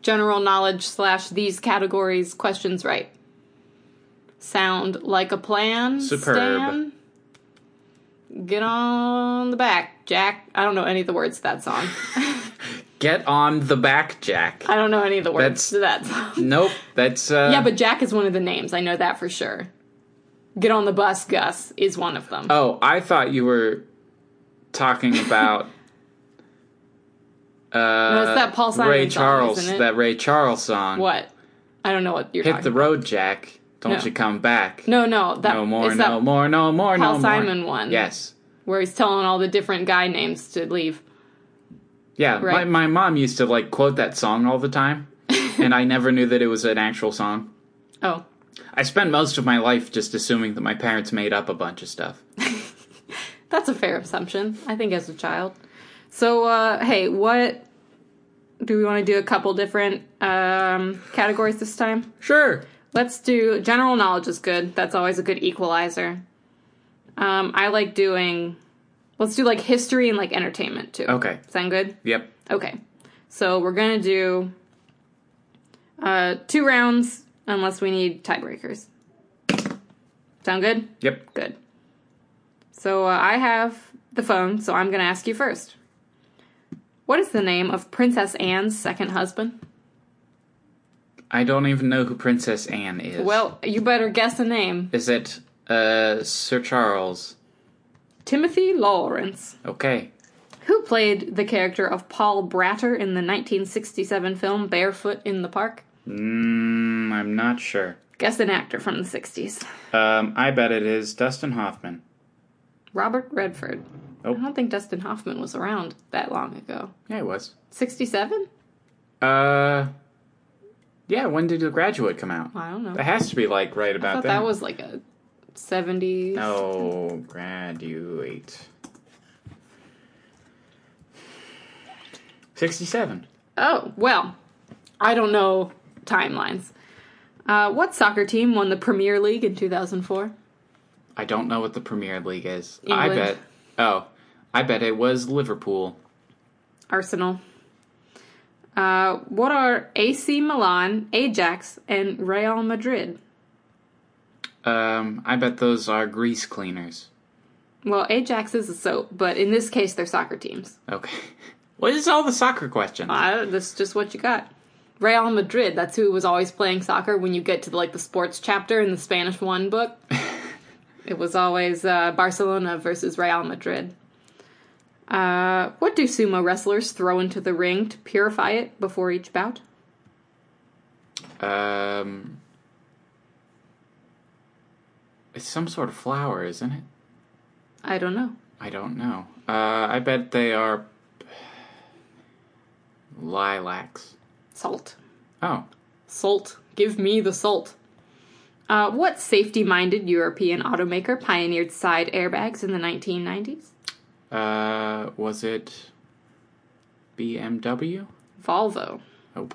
[SPEAKER 1] general knowledge slash these categories questions right. Sound like a plan?
[SPEAKER 2] Superb.
[SPEAKER 1] Stan? Get on the back, Jack. I don't know any of the words to that song.
[SPEAKER 2] Get on the back, Jack.
[SPEAKER 1] I don't know any of the words
[SPEAKER 2] That's-
[SPEAKER 1] to that song.
[SPEAKER 2] Nope, that's uh,
[SPEAKER 1] Yeah, but Jack is one of the names. I know that for sure. Get on the bus, Gus is one of them.
[SPEAKER 2] Oh, I thought you were
[SPEAKER 1] [LAUGHS]
[SPEAKER 2] talking about. Uh,
[SPEAKER 1] it's that Paul Simon
[SPEAKER 2] Ray
[SPEAKER 1] song,
[SPEAKER 2] Charles,
[SPEAKER 1] isn't it?
[SPEAKER 2] that Ray Charles song.
[SPEAKER 1] what? I don't know what you're
[SPEAKER 2] Hit
[SPEAKER 1] talking.
[SPEAKER 2] the road, Jack. Don't
[SPEAKER 1] No.
[SPEAKER 2] you come back.
[SPEAKER 1] no, no, that
[SPEAKER 2] No more,
[SPEAKER 1] it's
[SPEAKER 2] no
[SPEAKER 1] that
[SPEAKER 2] more, no more, no
[SPEAKER 1] Paul
[SPEAKER 2] more.
[SPEAKER 1] Simon one.
[SPEAKER 2] Yes.
[SPEAKER 1] where he's telling all the different guy names to leave.
[SPEAKER 2] Yeah,
[SPEAKER 1] Right.
[SPEAKER 2] my, my mom used to like quote that song all
[SPEAKER 1] [LAUGHS]
[SPEAKER 2] the time, and I never knew that it was an actual song.
[SPEAKER 1] Oh,
[SPEAKER 2] I spent most of my life just assuming that my parents made up a bunch of stuff.
[SPEAKER 1] that's a fair assumption. I think as a child. So, uh, hey, what do we want to do? A couple different um, categories this time.
[SPEAKER 2] Sure.
[SPEAKER 1] Let's do general knowledge is good. That's always a good equalizer. Um, I like doing. Let's do like history and like entertainment too.
[SPEAKER 2] Okay.
[SPEAKER 1] Sound good?
[SPEAKER 2] Yep.
[SPEAKER 1] Okay. So we're gonna do uh, two rounds unless we need tiebreakers. Sound good?
[SPEAKER 2] Yep.
[SPEAKER 1] Good. So uh, I have the phone, so I'm going to ask you first. What is the name of Princess Anne's second husband?
[SPEAKER 2] I don't even know who Princess Anne is.
[SPEAKER 1] Well, you better guess a name.
[SPEAKER 2] is it uh Sir Charles?
[SPEAKER 1] Timothy Lawrence,
[SPEAKER 2] Okay.
[SPEAKER 1] who played the character of Paul Bratter in the 1967 film Barefoot in the Park.
[SPEAKER 2] Mm, I'm not sure.
[SPEAKER 1] Guess an actor from the 60s.
[SPEAKER 2] Um, I bet it is Dustin Hoffman.
[SPEAKER 1] Robert Redford.
[SPEAKER 2] Oh.
[SPEAKER 1] I don't think Dustin Hoffman was around that long ago.
[SPEAKER 2] Yeah, it was.
[SPEAKER 1] 67?
[SPEAKER 2] Uh, yeah. When did The Graduate come out?
[SPEAKER 1] I don't know.
[SPEAKER 2] That has to be like right
[SPEAKER 1] I
[SPEAKER 2] about
[SPEAKER 1] thought
[SPEAKER 2] then.
[SPEAKER 1] that was like a 70s.
[SPEAKER 2] Oh, graduate. 67.
[SPEAKER 1] Oh, well, I don't know timelines. Uh, what soccer team won the Premier League in 2004?
[SPEAKER 2] I don't know what the Premier League is. I
[SPEAKER 1] England.
[SPEAKER 2] bet. Oh, I bet it was Liverpool.
[SPEAKER 1] Arsenal. Uh, what are AC Milan, Ajax, and Real Madrid?
[SPEAKER 2] Um, I bet those are grease cleaners.
[SPEAKER 1] Well, Ajax is a soap, but in this case, they're soccer teams.
[SPEAKER 2] Okay. [LAUGHS] What is all the soccer questions?
[SPEAKER 1] Uh, that's just what you got. Real Madrid, that's who was always playing soccer when you get to like the sports chapter in the Spanish one book. it was always uh, Barcelona versus Real Madrid. Uh, what do sumo wrestlers throw into the ring to purify it before each bout?
[SPEAKER 2] Um, it's some sort of flower, isn't it?
[SPEAKER 1] I don't know.
[SPEAKER 2] I don't know. Uh, I bet they are lilacs.
[SPEAKER 1] Salt.
[SPEAKER 2] Oh,
[SPEAKER 1] Salt. Give me the salt. Uh, what safety minded European automaker pioneered side airbags in the 1990s?
[SPEAKER 2] uh, was it BMW?
[SPEAKER 1] Volvo.
[SPEAKER 2] Oh,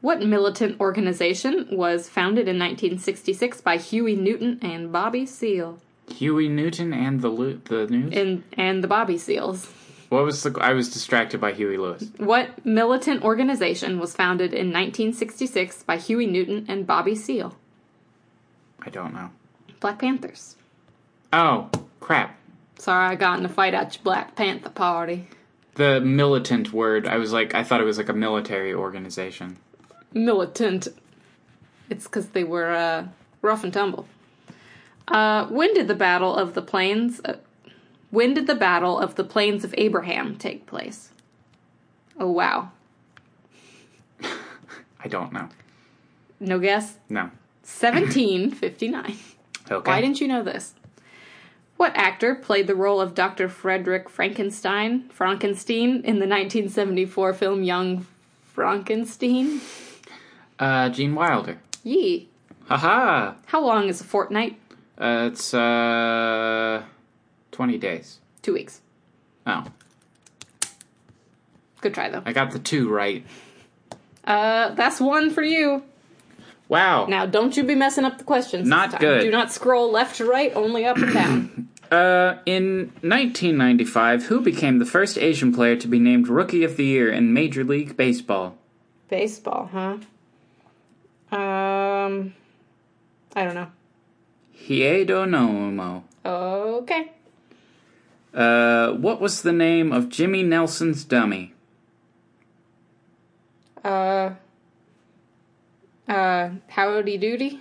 [SPEAKER 1] What militant organization was founded in 1966 by Huey Newton and Bobby Seale?
[SPEAKER 2] Huey Newton and the Lu- the news.
[SPEAKER 1] And, and the Bobby Seals.
[SPEAKER 2] what was the? I was distracted by Huey Lewis.
[SPEAKER 1] What militant organization was founded in 1966 by Huey Newton and Bobby Seale?
[SPEAKER 2] I don't know.
[SPEAKER 1] Black Panthers.
[SPEAKER 2] Oh crap!
[SPEAKER 1] Sorry, I got in a fight at your Black Panther party.
[SPEAKER 2] The militant word. I was like, I thought it was like a military organization.
[SPEAKER 1] Militant. It's because they were uh, rough and tumble. Uh, when did the Battle of the Plains? Uh, when did the Battle of the Plains of Abraham take place? Oh wow,
[SPEAKER 2] I don't know.
[SPEAKER 1] No guess.
[SPEAKER 2] No.
[SPEAKER 1] 1759.
[SPEAKER 2] [LAUGHS] Okay.
[SPEAKER 1] Why didn't you know this? What actor played the role of Dr. Frederick Frankenstein, Frankenstein, in the 1974 film Young Frankenstein?
[SPEAKER 2] Uh, Gene Wilder.
[SPEAKER 1] Yee.
[SPEAKER 2] Haha.
[SPEAKER 1] How long is a fortnight?
[SPEAKER 2] Uh, it's uh, twenty days.
[SPEAKER 1] Two weeks.
[SPEAKER 2] Oh,
[SPEAKER 1] Good try, though.
[SPEAKER 2] I got the two right.
[SPEAKER 1] Uh, that's one for you.
[SPEAKER 2] Wow.
[SPEAKER 1] Now, don't you be messing up the questions. this
[SPEAKER 2] Not
[SPEAKER 1] time.
[SPEAKER 2] good.
[SPEAKER 1] Do not scroll left to right, only up and
[SPEAKER 2] [CLEARS THROAT]
[SPEAKER 1] down.
[SPEAKER 2] Uh, in 1995, who became the first Asian player to be named Rookie of the Year in Major League Baseball?
[SPEAKER 1] Baseball, huh? Um, I don't know.
[SPEAKER 2] Hiedo Nomo.
[SPEAKER 1] Okay.
[SPEAKER 2] Uh, what was the name of Jimmy Nelson's dummy?
[SPEAKER 1] uh, uh, Howdy Doody.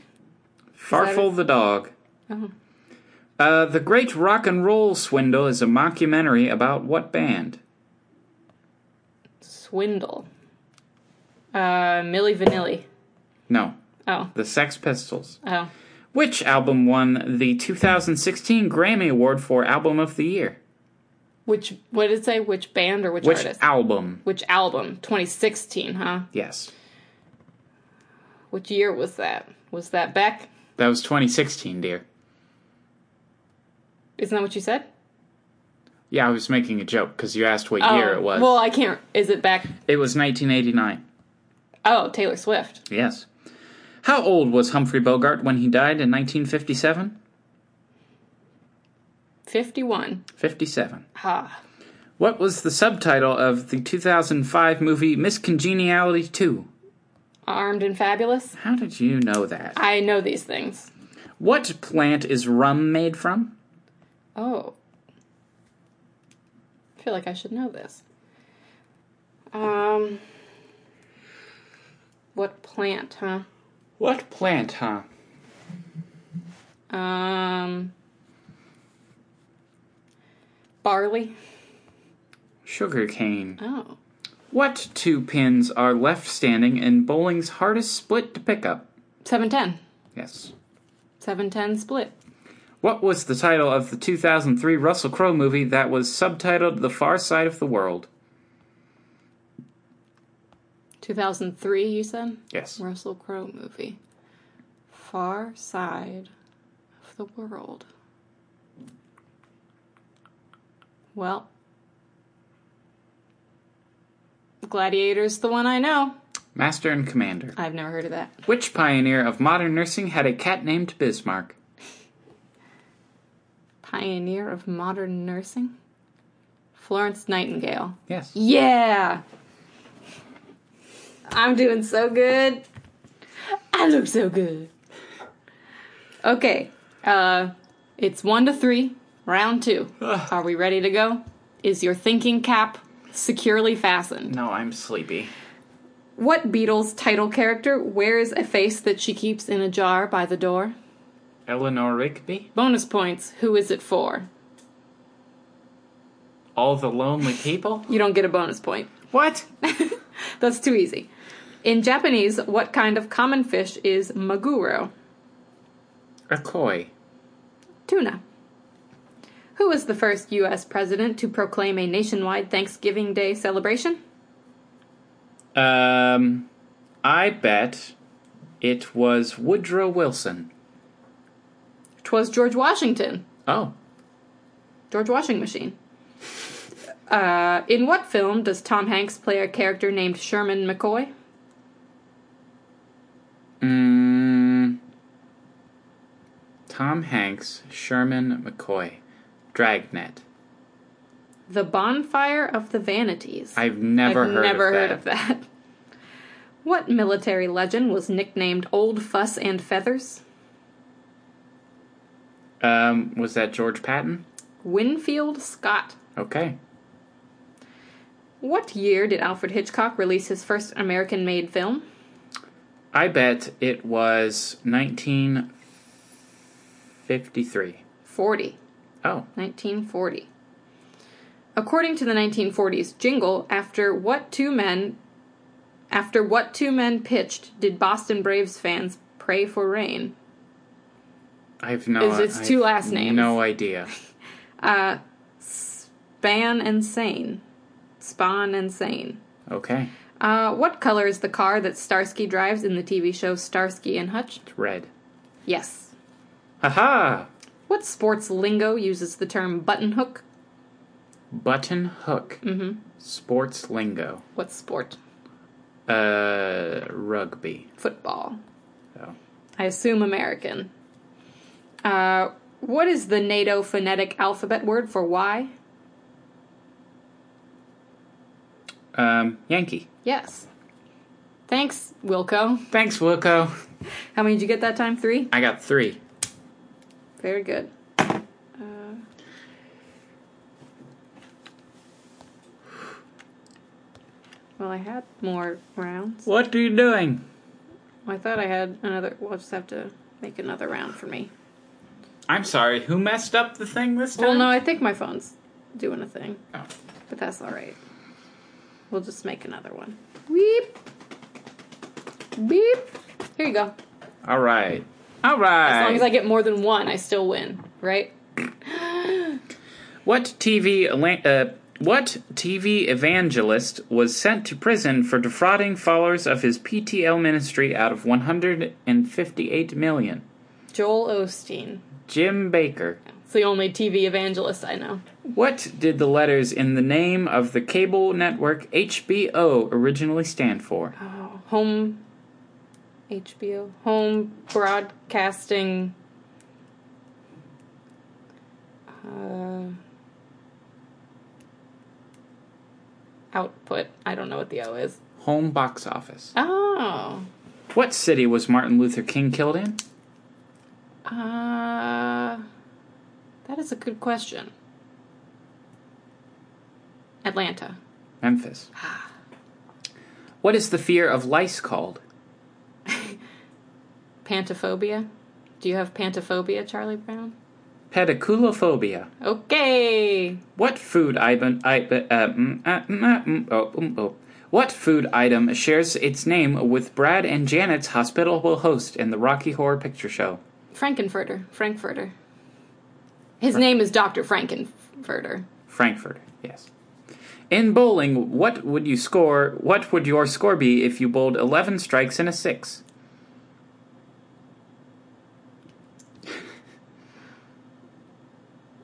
[SPEAKER 2] Farfel the dog.
[SPEAKER 1] Oh.
[SPEAKER 2] Uh, the Great Rock and Roll Swindle is a mockumentary about what band?
[SPEAKER 1] Swindle. Uh, Millie Vanilli.
[SPEAKER 2] No,
[SPEAKER 1] Oh,
[SPEAKER 2] the Sex Pistols.
[SPEAKER 1] oh.
[SPEAKER 2] Which album won the 2016 Grammy Award for Album of the Year?
[SPEAKER 1] Which, what did it say? Which band or which,
[SPEAKER 2] Which
[SPEAKER 1] artist?
[SPEAKER 2] album?
[SPEAKER 1] which album? 2016, huh?
[SPEAKER 2] Yes.
[SPEAKER 1] Which year was that? Was that Beck?
[SPEAKER 2] That was 2016, dear.
[SPEAKER 1] Isn't that what you said?
[SPEAKER 2] Yeah, I was making a joke because you asked what
[SPEAKER 1] Oh,
[SPEAKER 2] year it was.
[SPEAKER 1] Well, I can't. Is it Beck?
[SPEAKER 2] it was 1989.
[SPEAKER 1] Oh, Taylor Swift.
[SPEAKER 2] Yes. How old was Humphrey Bogart when he died in 1957?
[SPEAKER 1] 51.
[SPEAKER 2] 57.
[SPEAKER 1] Ha.
[SPEAKER 2] What was the subtitle of the 2005 movie Miss Congeniality 2?
[SPEAKER 1] Armed and Fabulous?
[SPEAKER 2] How did you know that?
[SPEAKER 1] I know these things.
[SPEAKER 2] What plant is rum made from?
[SPEAKER 1] Oh. I feel like I should know this. Um. What plant, huh?
[SPEAKER 3] What plant, huh?
[SPEAKER 1] Um. Barley.
[SPEAKER 2] Sugar cane.
[SPEAKER 1] Oh.
[SPEAKER 2] What two pins are left standing in bowling's hardest split to pick up?
[SPEAKER 1] 710.
[SPEAKER 2] Yes.
[SPEAKER 1] 710 split.
[SPEAKER 2] What was the title of the 2003 Russell Crowe movie that was subtitled The Far Side of the World?
[SPEAKER 1] 2003, you said?
[SPEAKER 2] Yes.
[SPEAKER 1] Russell Crowe movie. Far Side of the World. Well, Gladiator's the one I know.
[SPEAKER 2] Master and Commander.
[SPEAKER 1] I've never heard of that.
[SPEAKER 2] Which pioneer of modern nursing had a cat named Bismarck?
[SPEAKER 1] Pioneer of modern nursing? Florence Nightingale.
[SPEAKER 2] Yes.
[SPEAKER 1] Yeah! I'm doing so good. I look so good. Okay, uh, it's one to three, round two. Are we ready to go? Is your thinking cap securely fastened?
[SPEAKER 2] No, I'm sleepy.
[SPEAKER 1] What Beatles title character wears a face that she keeps in a jar by the door?
[SPEAKER 2] Eleanor Rigby?
[SPEAKER 1] Bonus points, who is it for?
[SPEAKER 2] All the lonely people?
[SPEAKER 1] You don't get a bonus point. [LAUGHS]
[SPEAKER 2] what?
[SPEAKER 1] That's too easy. In Japanese, what kind of common fish is maguro?
[SPEAKER 2] A koi.
[SPEAKER 1] Tuna. Who was the first U.S. president to proclaim a nationwide Thanksgiving Day celebration?
[SPEAKER 2] Um, I bet it was Woodrow Wilson.
[SPEAKER 1] Twas George Washington.
[SPEAKER 2] Oh,
[SPEAKER 1] George Washing Machine. [LAUGHS] Uh, in what film does Tom Hanks play a character named Sherman McCoy?
[SPEAKER 2] Mm. Tom Hanks, Sherman McCoy, Dragnet.
[SPEAKER 1] The Bonfire of the Vanities.
[SPEAKER 2] I've never
[SPEAKER 1] I've
[SPEAKER 2] heard
[SPEAKER 1] never
[SPEAKER 2] of
[SPEAKER 1] heard
[SPEAKER 2] that.
[SPEAKER 1] of that. [LAUGHS] What military legend was nicknamed Old Fuss and Feathers?
[SPEAKER 2] Um, was that George Patton?
[SPEAKER 1] Winfield Scott.
[SPEAKER 2] Okay.
[SPEAKER 1] What year did Alfred Hitchcock release his first American made film?
[SPEAKER 2] I bet it was 1953.
[SPEAKER 1] 40.
[SPEAKER 2] Oh,
[SPEAKER 1] 1940. According to the 1940s jingle, after what two men after what two men pitched did Boston Braves fans pray for rain?
[SPEAKER 2] I've no.
[SPEAKER 1] It's- it's
[SPEAKER 2] I've
[SPEAKER 1] two last names.
[SPEAKER 2] No idea.
[SPEAKER 1] Uh span and sane. Spawn and sane.
[SPEAKER 2] Okay,
[SPEAKER 1] Uh, what color is the car that Starsky drives in the TV show Starsky and Hutch?
[SPEAKER 2] it's red.
[SPEAKER 1] Yes.
[SPEAKER 2] Haha!
[SPEAKER 1] What sports lingo uses the term button hook?
[SPEAKER 2] Button hook. Mm-hmm. Sports lingo.
[SPEAKER 1] What sport?
[SPEAKER 2] Uh, rugby.
[SPEAKER 1] Football.
[SPEAKER 2] Oh.
[SPEAKER 1] I assume American. Uh, what is the NATO phonetic alphabet word for Y?
[SPEAKER 2] Um, Yankee.
[SPEAKER 1] Yes. Thanks, Wilco.
[SPEAKER 2] Thanks, Wilco.
[SPEAKER 1] How many did you get that time? Three?
[SPEAKER 2] I got three.
[SPEAKER 1] Very good. Uh, well, I had more rounds.
[SPEAKER 2] What are you doing?
[SPEAKER 1] I thought I had another. We'll just have to make another round for me.
[SPEAKER 2] I'm sorry, who messed up the thing this time?
[SPEAKER 1] Well, no, I think my phone's doing a thing,
[SPEAKER 2] Oh.
[SPEAKER 1] but that's all right. We'll just make another one. Beep. Beep. Here you go.
[SPEAKER 2] All right. All
[SPEAKER 1] As
[SPEAKER 2] right.
[SPEAKER 1] long as I get more than one, I still win, right?
[SPEAKER 2] what TV ela- uh, what TV evangelist was sent to prison for defrauding followers of his PTL ministry out of 158 million?
[SPEAKER 1] Joel Osteen.
[SPEAKER 2] Jim Baker.
[SPEAKER 1] It's the only TV evangelist I know.
[SPEAKER 2] What did the letters in the name of the cable network HBO originally stand for?
[SPEAKER 1] Oh, home. HBO. Home broadcasting. Uh, output. I don't know what the O is.
[SPEAKER 2] Home box office.
[SPEAKER 1] Oh.
[SPEAKER 2] What city was Martin Luther King killed in?
[SPEAKER 1] Uh, that is a good question. Atlanta.
[SPEAKER 2] Memphis. what is the fear of lice called?
[SPEAKER 1] Pantophobia. Do you have pantophobia, Charlie Brown?
[SPEAKER 2] Pediculophobia.
[SPEAKER 1] Okay.
[SPEAKER 2] What food item? I, uh, mm, uh, mm, uh, mm, oh, mm, oh. What food item shares its name with Brad and Janet's hospitable host in the Rocky Horror Picture Show?
[SPEAKER 1] Frankenfurter. Frankfurter. His name is Dr. Frankenfurter.
[SPEAKER 2] Frankfurt. Yes. In bowling, what would you score? What would your score be if you bowled eleven strikes and a six?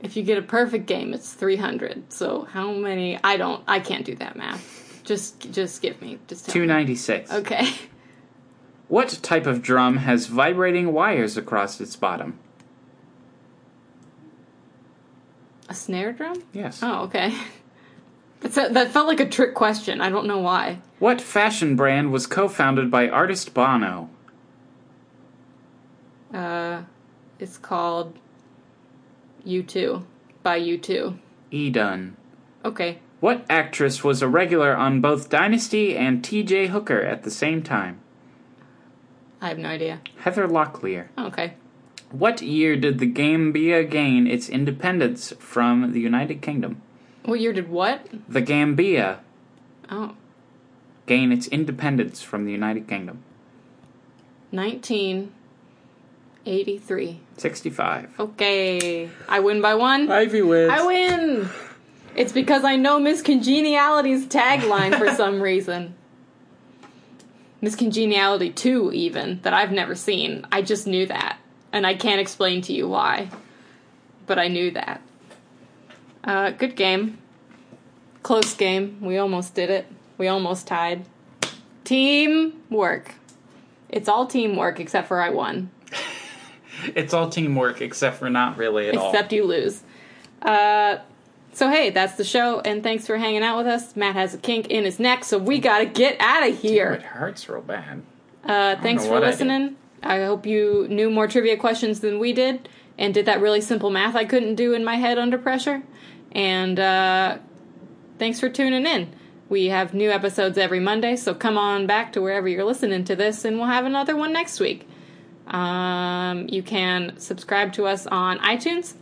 [SPEAKER 1] If you get a perfect game, it's 300. So how many? I don't. I can't do that math. Just, just give me. Just tell
[SPEAKER 2] Two
[SPEAKER 1] me.
[SPEAKER 2] ninety six.
[SPEAKER 1] Okay. [LAUGHS]
[SPEAKER 2] What type of drum has vibrating wires across its bottom?
[SPEAKER 1] A snare drum?
[SPEAKER 2] Yes.
[SPEAKER 1] Oh, okay. [LAUGHS] That's a, that felt like a trick question. I don't know why.
[SPEAKER 2] What fashion brand was co-founded by artist Bono?
[SPEAKER 1] Uh, it's called U2 by U2.
[SPEAKER 2] Edun.
[SPEAKER 1] Okay.
[SPEAKER 2] E. What actress was a regular on both Dynasty and T.J. Hooker at the same time?
[SPEAKER 1] I have no idea. Oh,
[SPEAKER 2] Heather Locklear.
[SPEAKER 1] Okay.
[SPEAKER 2] What year did the Gambia gain its independence from the United Kingdom?
[SPEAKER 1] What year did what?
[SPEAKER 2] The Gambia
[SPEAKER 1] Oh,
[SPEAKER 2] gain its independence from the United Kingdom.
[SPEAKER 1] 1983.
[SPEAKER 2] 65.
[SPEAKER 1] Okay. I win by one.
[SPEAKER 2] Ivy wins.
[SPEAKER 1] I win! It's because I know Miss Congeniality's tagline for some reason. Miss Congeniality 2, even, that I've never seen. I just knew that. And I can't explain to you why. But I knew that. Uh, good game. Close game. We almost did it. We almost tied. Teamwork. It's all teamwork except for I won.
[SPEAKER 2] It's all teamwork except for not really at
[SPEAKER 1] except you lose. Uh, so hey, that's the show, and thanks for hanging out with us. Matt has a kink in his neck, so we gotta get out of
[SPEAKER 2] It
[SPEAKER 1] here.
[SPEAKER 2] hurts real bad.
[SPEAKER 1] Uh, thanks
[SPEAKER 2] know
[SPEAKER 1] for
[SPEAKER 2] what I did.
[SPEAKER 1] listening. I, hope you knew more trivia questions than we did, and did that really simple math I couldn't do in my head under pressure. And uh, thanks for tuning in. We have new episodes every Monday, so come on back to wherever you're listening to this, and we'll have another one next week. Um, you can subscribe to us on iTunes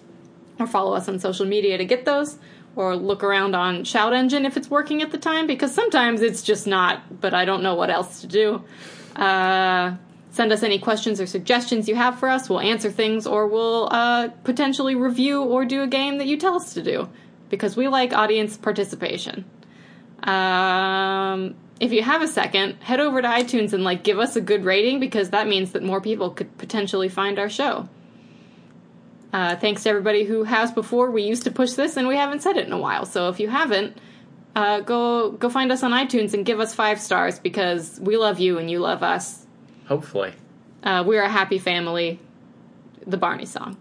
[SPEAKER 1] or follow us on social media to get those or look around on Shout Engine if it's working at the time because sometimes it's just not, but I don't know what else to do. Uh, send us any questions or suggestions you have for us. We'll answer things or we'll uh, potentially review or do a game that you tell us to do because we like audience participation. Um, if you have a second, head over to iTunes and like give us a good rating because that means that more people could potentially find our show. Uh, thanks to everybody who has before. We used to push this, and we haven't said it in a while. So if you haven't, uh, go go find us on iTunes and give us five stars because we love you and you love us.
[SPEAKER 2] Hopefully.
[SPEAKER 1] Uh, we're a happy family. The Barney song.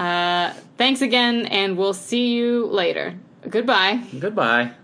[SPEAKER 1] Uh, thanks again, and we'll see you later. Goodbye.
[SPEAKER 2] Goodbye.